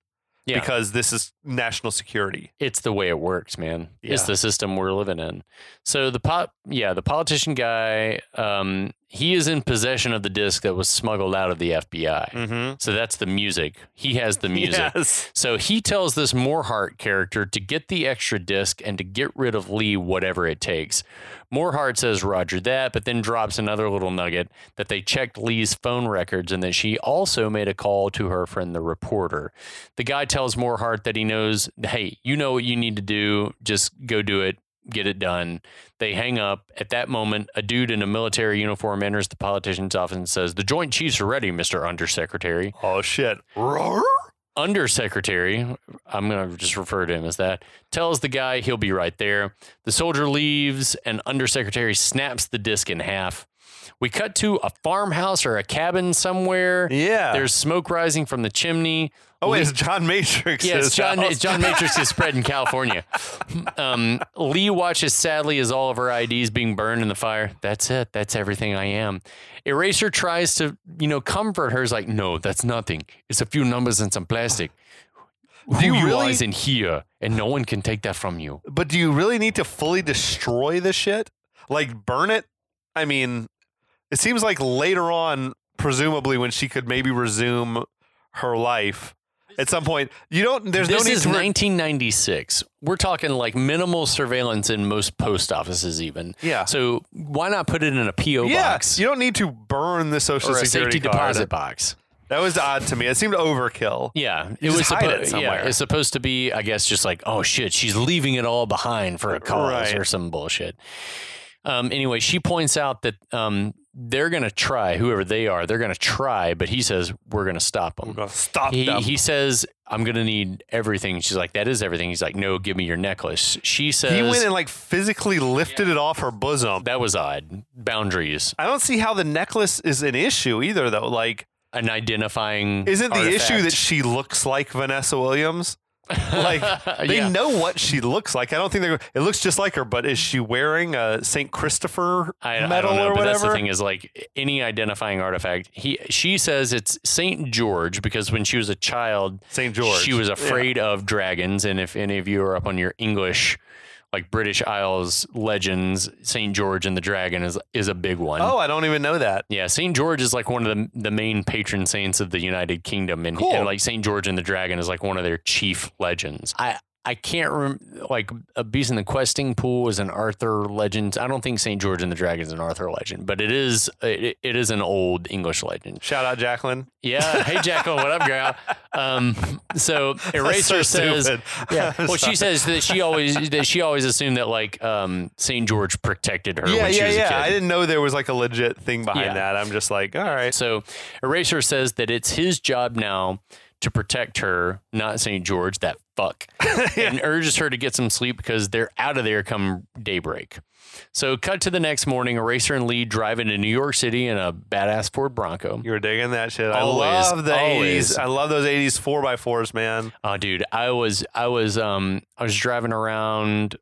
A: Yeah.
B: because this is national security.
A: it's the way it works, man. It's
B: Yeah.
A: the system we're living in. So the pop, yeah, the politician guy, um, he is in possession of the disc that was smuggled out of the FBI.
B: Mm-hmm.
A: So that's the music. He has the music.
B: Yes.
A: So he tells this Moorhart character to get the extra disc and to get rid of Lee, whatever it takes. Moorhart says, Roger that, but then drops another little nugget that they checked Lee's phone records and that she also made a call to her friend, the reporter. The guy tells Moorhart that he knows, hey, you know what you need to do, just go do it. Get it done. They hang up. At that moment, a dude in a military uniform enters the politician's office and says, The Joint Chiefs are ready, Mr. Undersecretary.
B: Oh shit. Roar.
A: Undersecretary, I'm going to just refer to him as that, tells the guy he'll be right there. The soldier leaves, and Undersecretary snaps the disc in half. We cut to a farmhouse or a cabin somewhere.
B: Yeah.
A: There's smoke rising from the chimney.
B: oh,
A: Lee-
B: it's John Matrix.
A: yeah, it's John, it's John Matrix is spread in California. Um, Lee watches sadly as all of her IDs being burned in the fire. That's it. That's everything I am. Eraser tries to, you know, comfort her. Is like, no, that's nothing. It's a few numbers and some plastic. Who
B: you
A: you,
B: really-
A: are is in here, and no one can take that from you.
B: But do you really need to fully destroy the shit? Like burn it? I mean, it seems like later on, presumably when she could maybe resume her life at some point, you don't. There's
A: this
B: no need
A: is
B: to. re-
A: 1996. We're talking like minimal surveillance in most post offices, even.
B: yeah.
A: So why not put it in a PO
B: yeah,
A: box
B: you don't need to burn the social
A: or a
B: security
A: safety
B: card.
A: deposit box?
B: That was odd to me. It seemed overkill.
A: Yeah, it
B: just
A: was
B: hide it
A: supposed.
B: somewhere.
A: Yeah, it's supposed to be, I guess, just like, oh shit, she's leaving it all behind for a cause
B: Right.
A: or some bullshit. Um, anyway, she points out that um, they're gonna try, whoever they are, they're gonna try, but he says we're gonna stop them.
B: Stop
A: He,
B: them.
A: he says, "I'm gonna need everything." She's like, "That is everything." He's like, "No, give me your necklace." She says,
B: He went and like physically lifted it off her bosom.
A: "That was odd. Boundaries,
B: I don't see how the necklace is an issue either, though. Like,
A: an identifying."
B: isn't the issue that
A: artifact.
B: she looks like Vanessa Williams? Like, they
A: Yeah.
B: know what she looks like. I don't think they're. It looks just like her, but is she wearing a Saint Christopher
A: I, I
B: medal
A: don't know,
B: or
A: but
B: whatever?
A: that's the thing is like any identifying artifact. He she says it's Saint George because when she was a child,
B: Saint George.
A: she was
B: Yeah.
A: afraid of dragons. And if any of you are up on your English, like British Isles legends, Saint George and the dragon is is a big one.
B: Oh, I don't even know that.
A: Yeah, Saint George is like one of the the main patron saints of the United Kingdom, and,
B: Cool.
A: and like Saint George and the Dragon is like one of their chief legends. I I can't rem- like a Beast in the Questing Pool is an Arthur legend. I don't think Saint George and the Dragon is an Arthur legend, but it is it, it is an old English legend.
B: Shout out, Jacqueline.
A: Yeah, hey Jackal, what up, girl? Um, so Eraser
B: That's so
A: says.
B: stupid.
A: Yeah.
B: I'm
A: Well, she
B: sorry.
A: says that she always that she always assumed that like um, Saint George protected her
B: Yeah,
A: when she
B: yeah,
A: was a kid.
B: yeah. I didn't know there was like a legit thing behind
A: Yeah.
B: that. I'm just like, all right.
A: So Eraser says that it's his job now to protect her, not St. George, that fuck, and urges her to get some sleep because they're out of there come daybreak. So cut to the next morning, Eraser and Lee drive into New York City in a badass Ford Bronco.
B: You were digging that shit.
A: Always,
B: I love the
A: always.
B: 80s. I love those 80s 4x4s, man.
A: Oh, dude, I was, I was, um, I was driving around.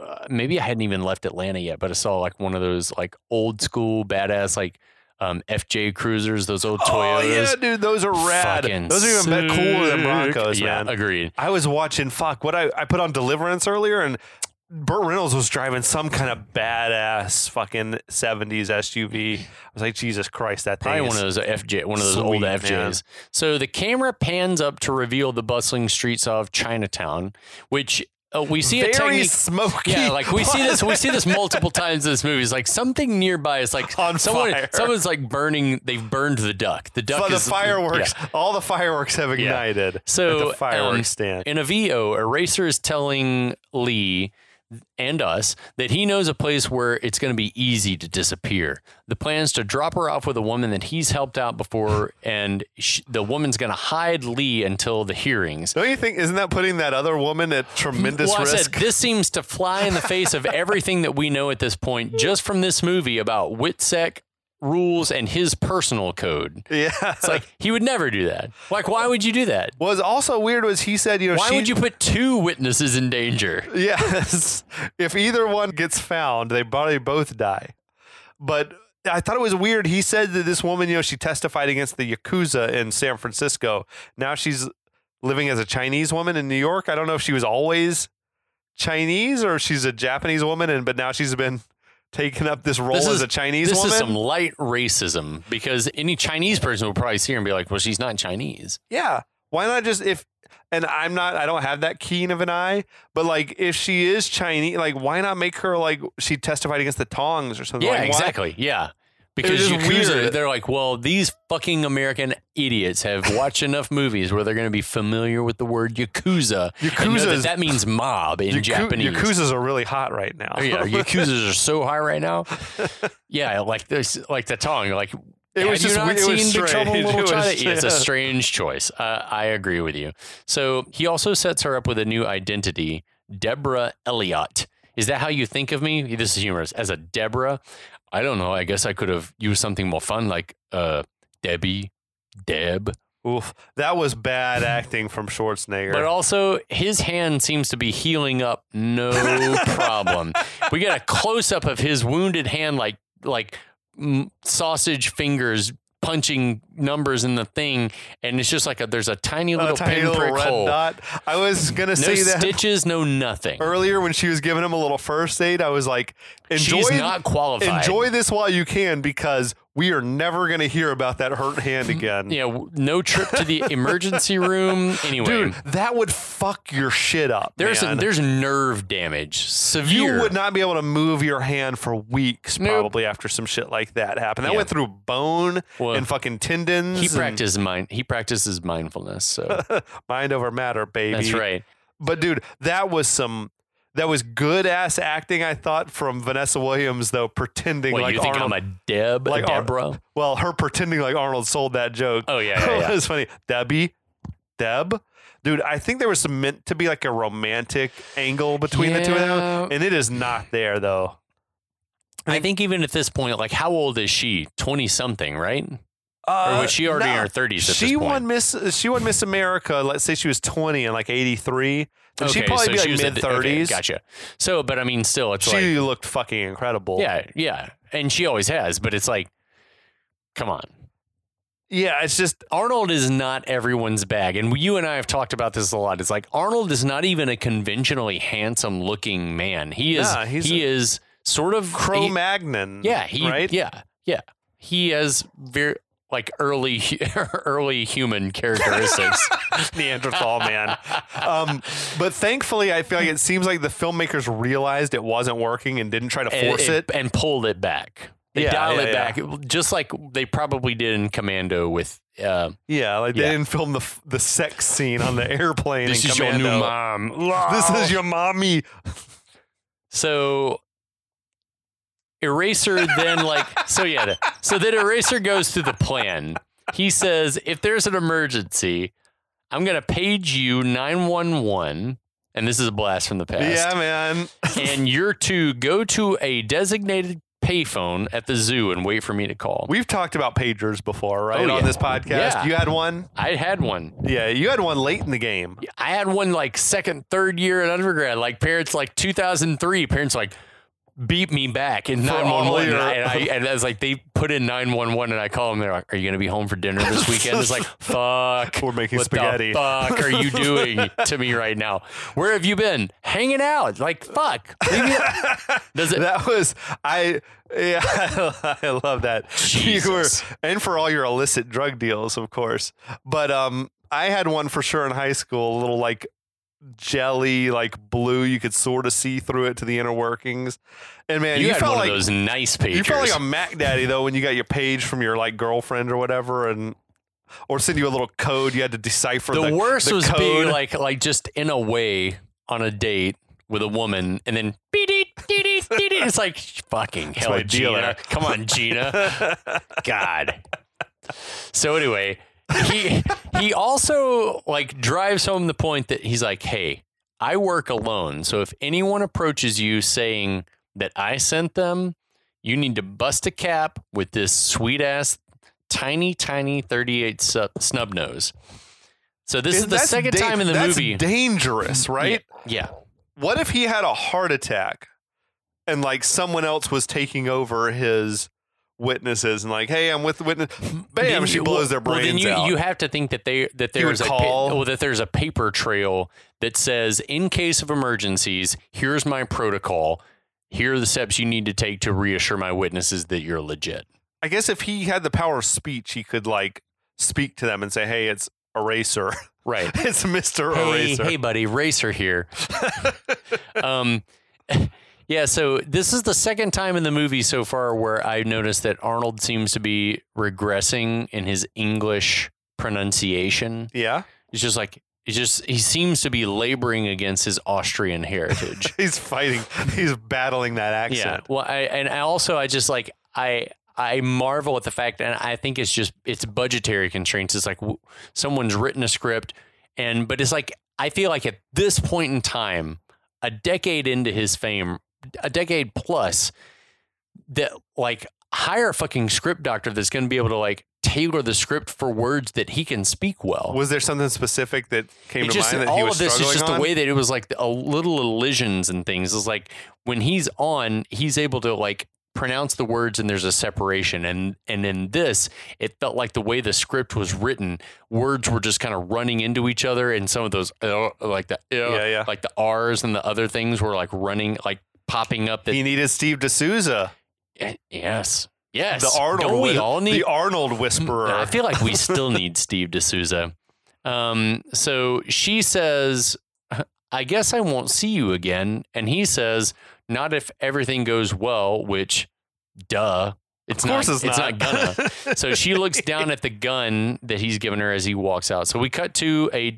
A: Uh, maybe I hadn't even left Atlanta yet, but I saw like one of those like old school badass like um, FJ Cruisers, those old Toyotas.
B: Oh, yeah, dude. Those are rad.
A: Fucking
B: Those are even bet cooler than
A: sick.
B: Broncos,
A: yeah,
B: man.
A: Agreed.
B: I was watching, fuck, what I, I put on Deliverance earlier, and Burt Reynolds was driving some kind of badass fucking 70s SUV. I was like, Jesus Christ, that thing
A: Probably
B: is
A: one of those FJ, one of those old
B: Sweet, man.
A: FJs. So the camera pans up to reveal the bustling streets of Chinatown, which uh, we see
B: very
A: a technique.
B: smoky.
A: Yeah, like we see this, we see this multiple times in this movie. It's like something nearby is like
B: On
A: someone,
B: fire.
A: someone's like burning. They've burned the duck. The duck
B: But the
A: is
B: fireworks, all the fireworks have ignited. at
A: So,
B: the fireworks
A: um,
B: stand.
A: In a VO, Eraser is telling Lee and us that he knows a place where it's going to be easy to disappear. The plan is to drop her off with a woman that he's helped out before, and sh the woman's going to hide Lee until the hearings.
B: Don't you think? Isn't that putting that other woman at tremendous
A: well, I
B: risk?
A: said this seems to fly in the face of everything that we know at this point, just from this movie about Witsec rules and his personal code.
B: yeah.
A: It's like he would never do that. Like, why would you do that?
B: was also weird was he said, you know,
A: Why
B: she,
A: would you put two witnesses in danger?
B: Yes. If either one gets found, they probably both die. But I thought it was weird. He said that this woman, you know, she testified against the Yakuza in San Francisco. Now she's living as a Chinese woman in New York. I don't know if she was always Chinese or if she's a Japanese woman, and but now she's been taking up this role
A: This
B: as
A: is-
B: a Chinese
A: this
B: woman.
A: is some light racism because any Chinese person would probably see her and be like, "Well, she's not Chinese."
B: Yeah. Why not just if and I'm not I don't have that keen of an eye, but like if she is Chinese, like why not make her like she testified against the tongs or something?
A: yeah,
B: like, why-
A: exactly. Yeah, because
B: just
A: Yakuza,
B: weird.
A: they're like, "Well, these fucking American idiots have watched enough movies where they're going to be familiar with the word yakuza. and know
B: Yakuza
A: that,
B: is-
A: that means mob in
B: Yaku-
A: Japanese."
B: Yakuza's are really hot right now.
A: Oh, yeah, yakuza's are so high right now. Yeah, like this, like the tongue, like.
B: It was
A: have
B: just
A: you not
B: weird- it was
A: seen Big
B: strange.
A: Trouble in
B: It
A: Little
B: was
A: China? Yeah, It's a
B: strange.
A: strange choice. Uh, I agree with you. So he also sets her up with a new identity, Deborah Elliott. Is that how you think of me? This is humorous. As a Deborah, I don't know. I guess I could have used something more fun, like uh, Debbie, Deb.
B: Oof. That was bad acting from Schwarzenegger.
A: But also, his hand seems to be healing up, no problem. we get a close up of his wounded hand, like like mm, sausage fingers punching numbers in the thing, and it's just like a, there's a tiny little
B: tiny little
A: pinprick
B: red
A: hole.
B: dot. I was gonna
A: No
B: say that Er.
A: stitches, no nothing.
B: earlier when she was giving him a little first aid. I was like, enjoy,
A: She's not qualified.
B: enjoy this while you can because we are never gonna hear about that hurt hand
A: Mm,
B: again.
A: you know, no trip to the emergency room. Anyway,
B: Dude, that would fuck your shit up.
A: there's
B: man.
A: there's nerve damage,
B: you
A: severe.
B: would not be able to move your hand for weeks,
A: Nope.
B: probably after some shit like that happened. That
A: Yeah.
B: went through bone
A: Well,
B: and fucking tendons.
A: He
B: and
A: practices mind. He practices mindfulness. So
B: mind over matter, baby.
A: that's right.
B: But dude, that was some that was good ass acting. I thought from Vanessa Williams though, pretending
A: What
B: like
A: you think
B: Arnold.
A: I'm a Deb,
B: like
A: like
B: Ar-
A: Deborah?
B: well, her pretending like Arnold sold that joke.
A: oh yeah, yeah,
B: it
A: yeah.
B: was funny. Debbie, Deb, dude. I think there was some meant to be like a romantic angle between the two of them,
A: Yeah.
B: and it is not there though.
A: I think even at this point, like how old is she? Twenty something, right?
B: Uh,
A: or was she already in
B: no.
A: her thirties at
B: she
A: this point?
B: won Miss she won Miss America. Let's say she was twenty and like eighty three. Then she'd probably be
A: she
B: like
A: was at
B: mid
A: the- okay,
B: thirties.
A: gotcha. So, but I mean, still, it's
B: She
A: like,
B: looked fucking incredible.
A: yeah, yeah, and she always has. But it's like, come on,
B: yeah. It's just
A: Arnold is not everyone's bag, and you and I have talked about this a lot. It's like Arnold is not even a conventionally handsome-looking man. He is.
B: Nah, he's
A: he
B: a-
A: is sort of he-
B: Cro Magnon.
A: Yeah, he.
B: right.
A: Yeah, yeah. He has very like early early human characteristics.
B: Neanderthal man. Um, but thankfully, I feel like it seems like the filmmakers realized it wasn't working and didn't try to
A: and,
B: force
A: and-
B: it.
A: and pulled it back. They
B: Yeah,
A: dialed
B: yeah,
A: it
B: yeah.
A: back, just like they probably did in Commando with. Uh,
B: Yeah, like they
A: Yeah.
B: didn't film the f- the sex scene on the airplane. in Commando.
A: mom.
B: This is your mommy.
A: So Eraser then like so yeah the- so then Eraser goes through the plan. He says if there's an emergency, I'm gonna page you nine one one, and this is a blast from the past.
B: Yeah, man.
A: And you're to go to a designated payphone at the zoo and wait for me to call.
B: We've talked about pagers before, right?
A: Oh, yeah.
B: On this podcast,
A: Yeah.
B: you had one.
A: I had one.
B: Yeah, you had one late in the game.
A: I had one like second, third year in undergrad. Like parents, like 2003, parents like beat me back in
B: all
A: 911.
B: your-
A: And I, and, I, and I was like, they put in 911 and I call them. They're like, are you going to be home for dinner this weekend? It's like, fuck.
B: We're making
A: What
B: spaghetti.
A: the fuck are you doing to me right now? Where have you been? Hanging out. Like, fuck. Leave me- Does it?
B: That was I. Yeah, I love that. You were,
A: Jesus.
B: and for all your illicit drug deals, of course. But um, I had one for sure in high school. A little like jelly, like blue. You could sort of see through it to the inner workings. And man,
A: you,
B: you,
A: had
B: felt
A: one
B: like
A: of those nice pagers.
B: you felt like a Mac Daddy though when you got your page from your like girlfriend or whatever, and or send you a little code. You had to decipher
A: the,
B: the,
A: worst
B: the
A: was
B: code.
A: being like like just in a way on a date with a woman and then beep, deep, dee, dee, dee, dee. it's like fucking hell
B: my
A: Gina
B: dealer.
A: come on Gina god so anyway he he also like drives home the point that he's like hey I work alone so if anyone approaches you saying that I sent them you need to bust a cap with this sweet ass tiny tiny 38 su- snub nose so this is, the
B: That's
A: second
B: da-
A: time in the
B: that's
A: movie
B: Dangerous, right?
A: yeah.
B: what if he had a heart attack and like someone else was taking over his witnesses and like, hey, I'm with witness. Bam,
A: Then
B: she
A: you-
B: blows their
A: well,
B: brains
A: then you,
B: out.
A: you have to think that they that
B: You would
A: there's a pa-
B: call.
A: well, that there's a paper trail that says in case of emergencies, here's my protocol. Here are the steps you need to take to reassure my witnesses that you're legit.
B: I guess if he had the power of speech, he could like speak to them and say, hey, it's Eraser.
A: Right.
B: it's Mr.
A: hey,
B: Eraser.
A: hey, buddy, racer here. um, yeah, so this is the second time in the movie so far where I've noticed that Arnold seems to be regressing in his English pronunciation.
B: Yeah.
A: It's just like it's just he seems to be laboring against his Austrian heritage.
B: He's fighting. He's battling that
A: yeah.
B: accent.
A: Well, I and I also I just like I I marvel at the fact, and I think it's just it's budgetary constraints. It's like w- someone's written a script, and but it's like I feel like at this point in time, a decade into his fame, a decade plus, that like hire a fucking script doctor that's going to be able to like tailor the script for words that he can speak well.
B: Was there something specific that came
A: It
B: to
A: just-
B: mind that
A: all
B: he was
A: of this is
B: struggling
A: just
B: on?
A: the way that it was like a little elisions and things. It's like when he's on, he's able to like pronounce the words and there's a separation. And and in this, it felt like the way the script was written, words were just kind of running into each other, and some of those uh, like the uh,
B: Yeah, yeah.
A: like the R's and the other things were like running like popping up. That Eh,
B: He needed Steve D'Souza,
A: yes, yes.
B: the Arnold.
A: Don't we
B: whi-
A: all need
B: the Arnold Whisperer.
A: I feel like we still need Steve D'Souza. Um, so she says, I guess I won't see you again. And he says, Not if everything goes well, which, duh. It's
B: of course,
A: not,
B: it's,
A: not gonna. So she looks down at the gun that he's given her as he walks out. So we cut to a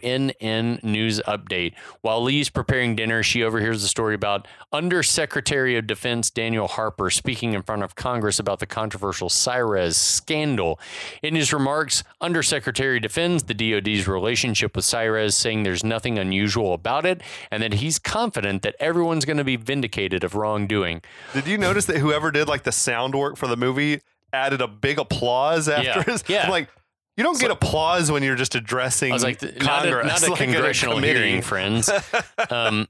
A: WNN news update. While Lee's preparing dinner, she overhears the story about Undersecretary of Defense Daniel Harper speaking in front of Congress about the controversial Cyrez scandal. In his remarks, Undersecretary defends the DoD's relationship with Cyrez, saying there's nothing unusual about it and that he's confident that everyone's going to be vindicated of wrongdoing.
B: Did you notice that whoever did like the sound work for the movie added a big applause
A: Yeah,
B: after? his-
A: yeah.
B: I'm like you don't get applause when you're just addressing
A: I was like, th-
B: Congress,
A: not a, not a
B: like, at
A: congressional
B: committee.
A: hearing, friends. Um,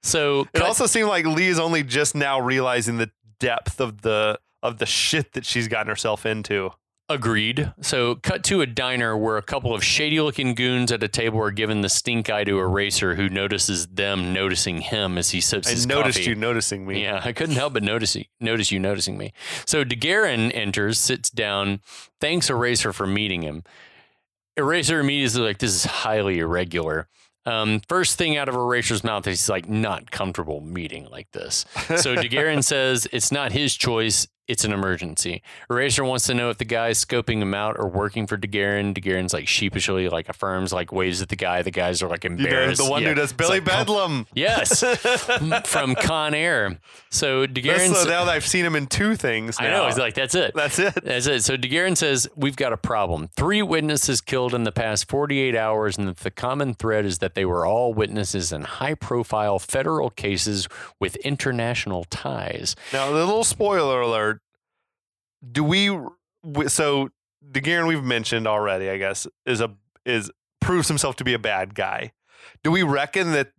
A: so
B: It also seemed like Lee is only just now realizing the depth of the of the shit that she's gotten herself into.
A: Agreed. So, cut to a diner where a couple of shady looking goons at a table are giving the stink eye to a racer who notices them noticing him as he sips
B: I
A: his
B: noticed
A: coffee.
B: you noticing me.
A: Yeah, I couldn't help but notice you, notice you noticing me. So DeGuerin enters, sits down, thanks Eraser for meeting him. Eraser immediately like, this is highly irregular. Um, first thing out of Eraser's mouth is he's like, not comfortable meeting like this. So DeGuerin says it's not his choice. It's an emergency. Eraser wants to know if the guy's scoping him out or working for DeGuerin. DeGuerin's like sheepishly like affirms, like waves at the guy. The guys are like
B: You know,
A: embarrassed.
B: the one
A: Yeah.
B: who does
A: It's
B: Billy
A: like, oh. come-
B: Bedlam.
A: Yes, from Con Air. So
B: That's
A: DeGuerin.
B: so now that I've seen him in two things. Now.
A: I know. He's like, that's it.
B: that's it.
A: That's it. So DeGuerin says, We've got a problem. Three witnesses killed in the past 48 hours, and that the common thread is that they were all witnesses in high profile federal cases with international ties.
B: Now, the little spoiler alert. Do we? w- So DeGuerin, we've mentioned already, I guess, is a is proves himself to be a bad guy. Do we reckon that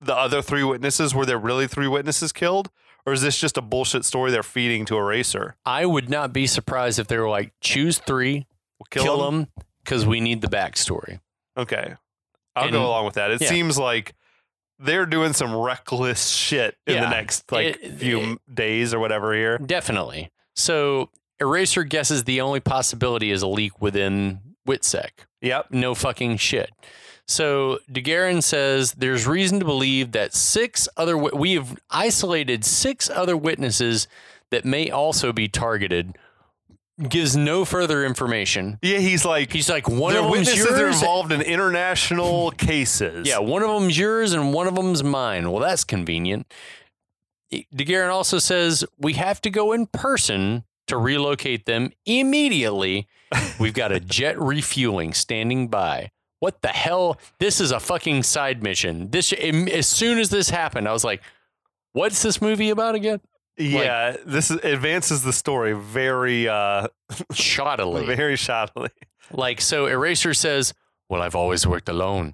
B: the other three witnesses were there really three witnesses killed, or is this just a bullshit story they're feeding to Eraser?
A: I would not be surprised if they were like, Choose three,
B: We'll
A: kill them, because we need the backstory.
B: Okay, I'll
A: And-
B: go along with that. It
A: yeah.
B: seems like they're doing some reckless shit in
A: Yeah.
B: the next like
A: It-
B: few m days or whatever here.
A: Definitely. So Eraser guesses the only possibility is a leak within WITSEC.
B: Yep.
A: no fucking shit. So DeGuerin says there's reason to believe that six other wit- we have isolated six other witnesses that may also be targeted. Gives no further information.
B: Yeah, he's like
A: He's like one
B: the
A: of them's
B: witnesses are
A: yours.
B: involved in international cases.
A: Yeah, one of them's yours and one of them's mine. Well, that's convenient. DeGuerin also says we have to go in person to relocate them immediately. We've got a jet refueling standing by. What the hell? This is a fucking side mission. This im- as soon as this happened, I was like, "What's this movie about again?"
B: yeah. this is, advances the story very, uh,
A: Shoddily.
B: very shoddily.
A: Like, so Eraser says, Well, I've always worked alone.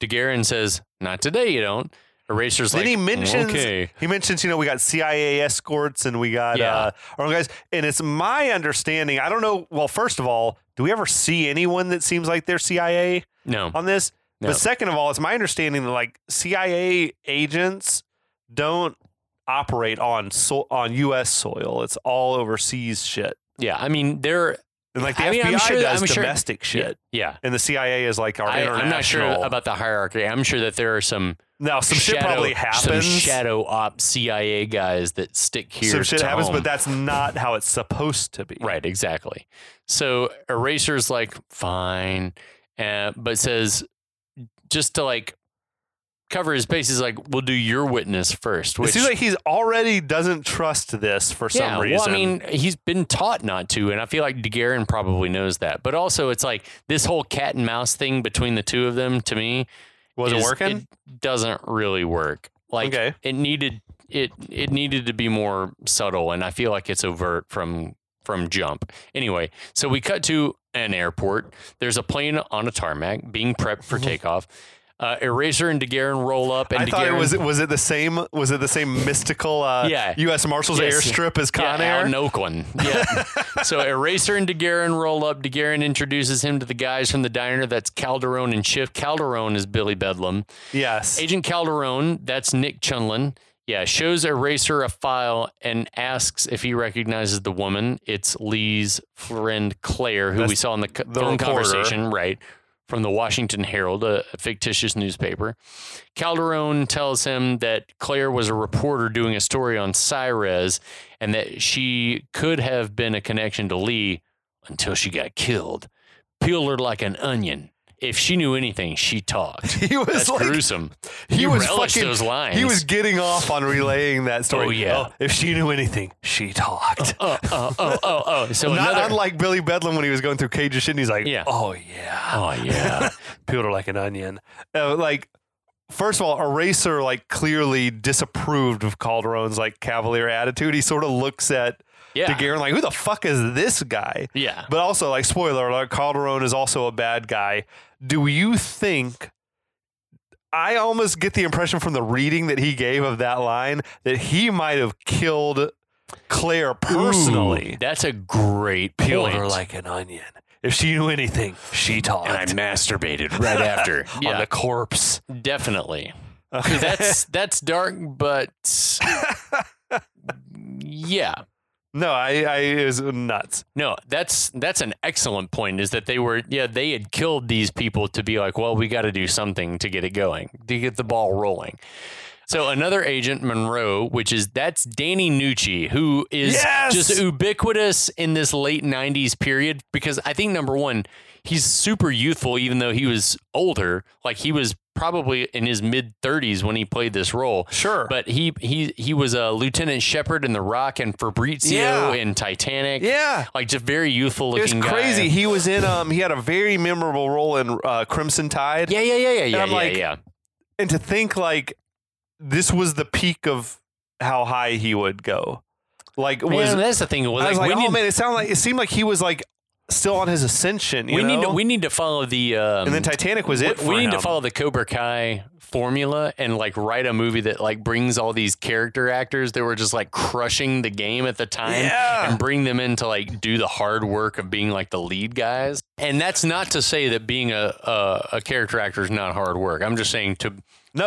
A: DeGuerin says, Not today, you don't. Eraser's
B: Then
A: like,
B: he mentions-
A: Okay.
B: He mentions, you know, we got CIA escorts and we got
A: Yeah.
B: uh, our own guys, and it's my understanding. I don't know. Well, first of all, do we ever see anyone that seems like they're CIA
A: No.
B: on this?
A: No.
B: But second of all, it's my understanding that like CIA agents don't operate on so- on U.S. soil. It's all overseas shit,
A: Yeah. I mean, they're.
B: and like the
A: I mean, I'm
B: FBI
A: sure that-
B: does
A: I'm sure-
B: domestic shit.
A: Yeah.
B: and the CIA is like our
A: I,
B: international.
A: I'm not sure about the hierarchy. I'm sure that there are some
B: now. Some shit
A: shadow-
B: probably
A: Some
B: happens.
A: shadow op CIA guys that stick here.
B: Some shit
A: to
B: happens,
A: home.
B: but that's not how it's supposed to be.
A: Right, exactly. So Eraser's like, fine, uh, but says just to like cover his bases, like, we'll do your witness first. Which
B: it seems like he's already doesn't trust this for
A: yeah,
B: some reason.
A: Well, I mean, he's been taught not to, and I feel like DeGuerin probably knows that. But also, it's like this whole cat and mouse thing between the two of them to me
B: was it
A: is-
B: working?
A: It doesn't really work. Like
B: Okay.
A: it needed it it needed to be more subtle, and I feel like it's overt from from jump. Anyway, so we cut to an airport. There's a plane on a tarmac being prepped for takeoff. Uh, Eraser and DeGuerin roll up, and
B: Mm-hmm. I thought it
A: DeGuerin-
B: was it was it the same was it the same mystical uh,
A: Yeah.
B: U.S. Marshals
A: Yes.
B: airstrip as
A: Yeah,
B: Con
A: out
B: Air?
A: in Oakland. Yeah. so Eraser and DeGuerin roll up. DeGuerin introduces him to the guys from the diner. That's Calderon and Schiff. Calderon is Billy Bedlam.
B: Yes.
A: Agent Calderon, that's Nick Chunlin. Yeah, shows Eraser a file and asks if he recognizes the woman. It's Lee's friend Claire, who we
B: That's
A: saw in the, co-
B: the
A: phone
B: reporter.
A: conversation, right? From the Washington Herald, a, a fictitious newspaper. Calderon tells him that Claire was a reporter doing a story on Cyrez and that she could have been a connection to Lee until she got killed. Peeled her like an onion. If she knew anything, she talked.
B: He was
A: That's
B: like
A: gruesome.
B: he, was
A: relished
B: fucking
A: those lines.
B: he was getting off on relaying that story.
A: Oh, yeah.
B: if she knew anything, she talked.
A: Oh, oh, oh, oh, oh. So
B: Not
A: another.
B: unlike Billy Bedlam when he was going through Cage of Shit, and he's like,
A: Yeah.
B: "Oh yeah,
A: oh yeah.
B: peeled her like an onion." Uh, like, first of all, Eraser like clearly disapproved of Calderon's like cavalier attitude. He sort of looks at
A: Yeah.
B: DeGuerin like, "Who the fuck is this guy?"
A: yeah.
B: But also, like, spoiler alert, Calderon is also a bad guy. Do you think? I almost get the impression from the reading that he gave of that line that he might have killed Claire personally.
A: Ooh, that's a great point.
B: an onion. If she knew anything, she talked.
A: and I masturbated right after. yeah,
B: corpse.
A: definitely. That's that's dark, but yeah.
B: no, I, I it was nuts.
A: No, that's that's an excellent point. Is that they were yeah they had killed these people to be like well we got to do something to get it going to get the ball rolling. So another agent Monroe, which is that's Danny Nucci, who is
B: Yes!
A: just ubiquitous in this late '90s period because I think number one he's super youthful even though he was older, like he was probably in his mid 30s when he played this role.
B: Sure.
A: But he he he was a Lieutenant Shepard in The Rock and Fabrizio
B: Yeah.
A: in Titanic
B: yeah.
A: like just very youthful
B: It was
A: looking guy.
B: crazy. He was in um he had a very memorable role in uh, Crimson Tide.
A: Yeah, yeah, yeah, yeah, yeah,
B: I'm
A: yeah,
B: like-
A: yeah.
B: And to think like this was the peak of how high he would go. Like was
A: Man, that's the thing.
B: I was like,
A: we
B: oh
A: need,
B: man, it sounded like it seemed like he was like still on his ascension. you
A: we need to
B: know?
A: we need to follow the um,
B: and then Titanic was it.
A: we,
B: for
A: we need to
B: him.
A: follow the Cobra Kai formula and like write a movie that like brings all these character actors that were just like crushing the game at the time
B: Yeah.
A: and bring them in to like do the hard work of being like the lead guys. And that's not to say that being a a, a character actor is not hard work. I'm just saying to
B: No,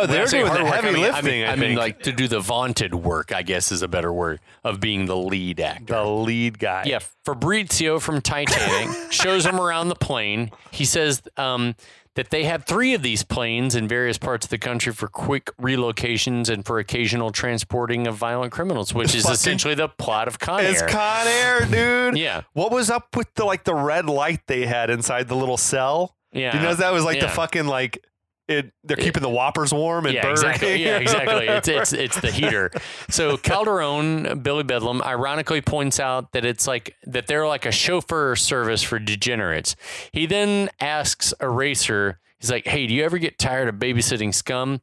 A: When I
B: Oh, they're
A: say
B: doing
A: hard
B: the
A: work,
B: heavy
A: I mean,
B: lifting.
A: I mean, I mean,
B: think.
A: like to do the vaunted work, I guess is a better word of being the lead actor.
B: the lead guy.
A: yeah, Fabrizio from Titanic shows him around the plane. He says um, that they have three of these planes in various parts of the country for quick relocations and for occasional transporting of violent criminals, which is
B: Fucking-
A: essentially the plot of Con
B: It's
A: Air.
B: Con Air, dude.
A: Yeah.
B: What was up with the like the red light they had inside the little cell?
A: yeah,
B: Do you know that was like the
A: Yeah.
B: fucking like it? They're keeping the Whoppers warm and
A: yeah,
B: Burger
A: exactly.
B: King.
A: Yeah,
B: or
A: exactly. It's,
B: whatever.
A: it's it's the heater. So Calderon, Billy Bedlam, ironically points out that it's like that they're like a chauffeur service for degenerates. He then asks Eraser, he's like, "Hey, do you ever get tired of babysitting scum?"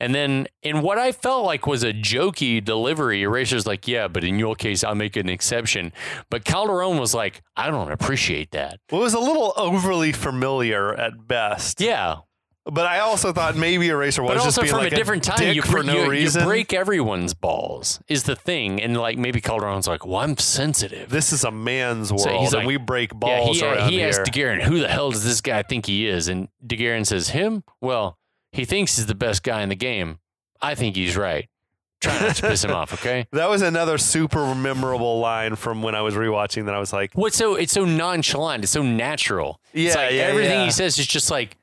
A: And then in what I felt like was a jokey delivery, Eraser's like, "Yeah, but in your case, I'll make an exception." But Calderon was like, "I don't appreciate that."
B: Well, it was a little overly familiar at best.
A: Yeah,
B: But I also thought maybe Eraser was
A: but
B: just
A: also
B: being
A: from
B: like
A: a different time,
B: dick
A: you,
B: for
A: you-
B: no
A: you
B: reason.
A: break everyone's balls is the thing, and like maybe Calderon's like, "Well, I'm sensitive."
B: This is a man's world,
A: like-
B: and we break
A: yeah,
B: balls
A: he, uh,
B: around
A: he
B: here.
A: asked DeGuerin, "Who the hell does this guy think he is?" And DeGuerin says, "Him? Well, he thinks he's the best guy in the game. I think he's right. Try not to piss him off, okay?"
B: that was another super memorable line from when I was rewatching. That I was like,
A: What's so? It's so nonchalant. It's so natural. it's
B: Yeah,
A: like
B: yeah,
A: everything
B: yeah.
A: he says is just like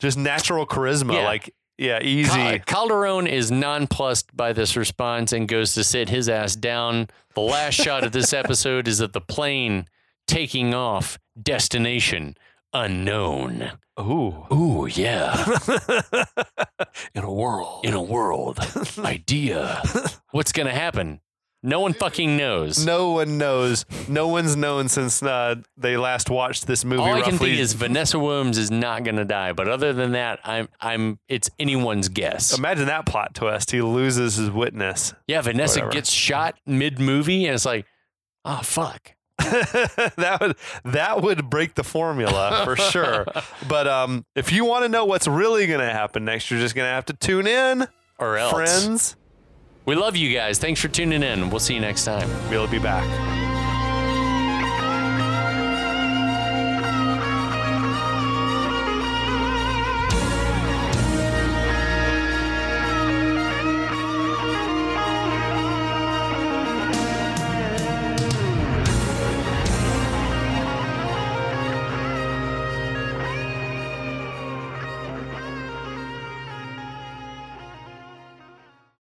B: just natural charisma,
A: Yeah.
B: like yeah, easy.
A: Cal- Calderon is nonplussed by this response and goes to sit his ass down. The last shot of this episode is of the plane taking off, destination unknown.
B: Ooh.
A: Ooh, yeah. In a world. In a world. Idea. What's going to happen? No one fucking knows.
B: No one knows. No one's known since uh, they last watched this movie.
A: All I
B: roughly.
A: can think is Vanessa Williams is not going to die, but other than that, I'm I'm it's anyone's guess.
B: Imagine that plot twist. He loses his witness.
A: Yeah, Vanessa
B: Whatever.
A: gets shot mid movie, and it's like, oh fuck,
B: that would that would break the formula for sure. But um, if you want to know what's really going to happen next, you're just going to have to tune in,
A: or else.
B: friends.
A: We love you guys. Thanks for tuning in. We'll see you next time.
B: We'll be back.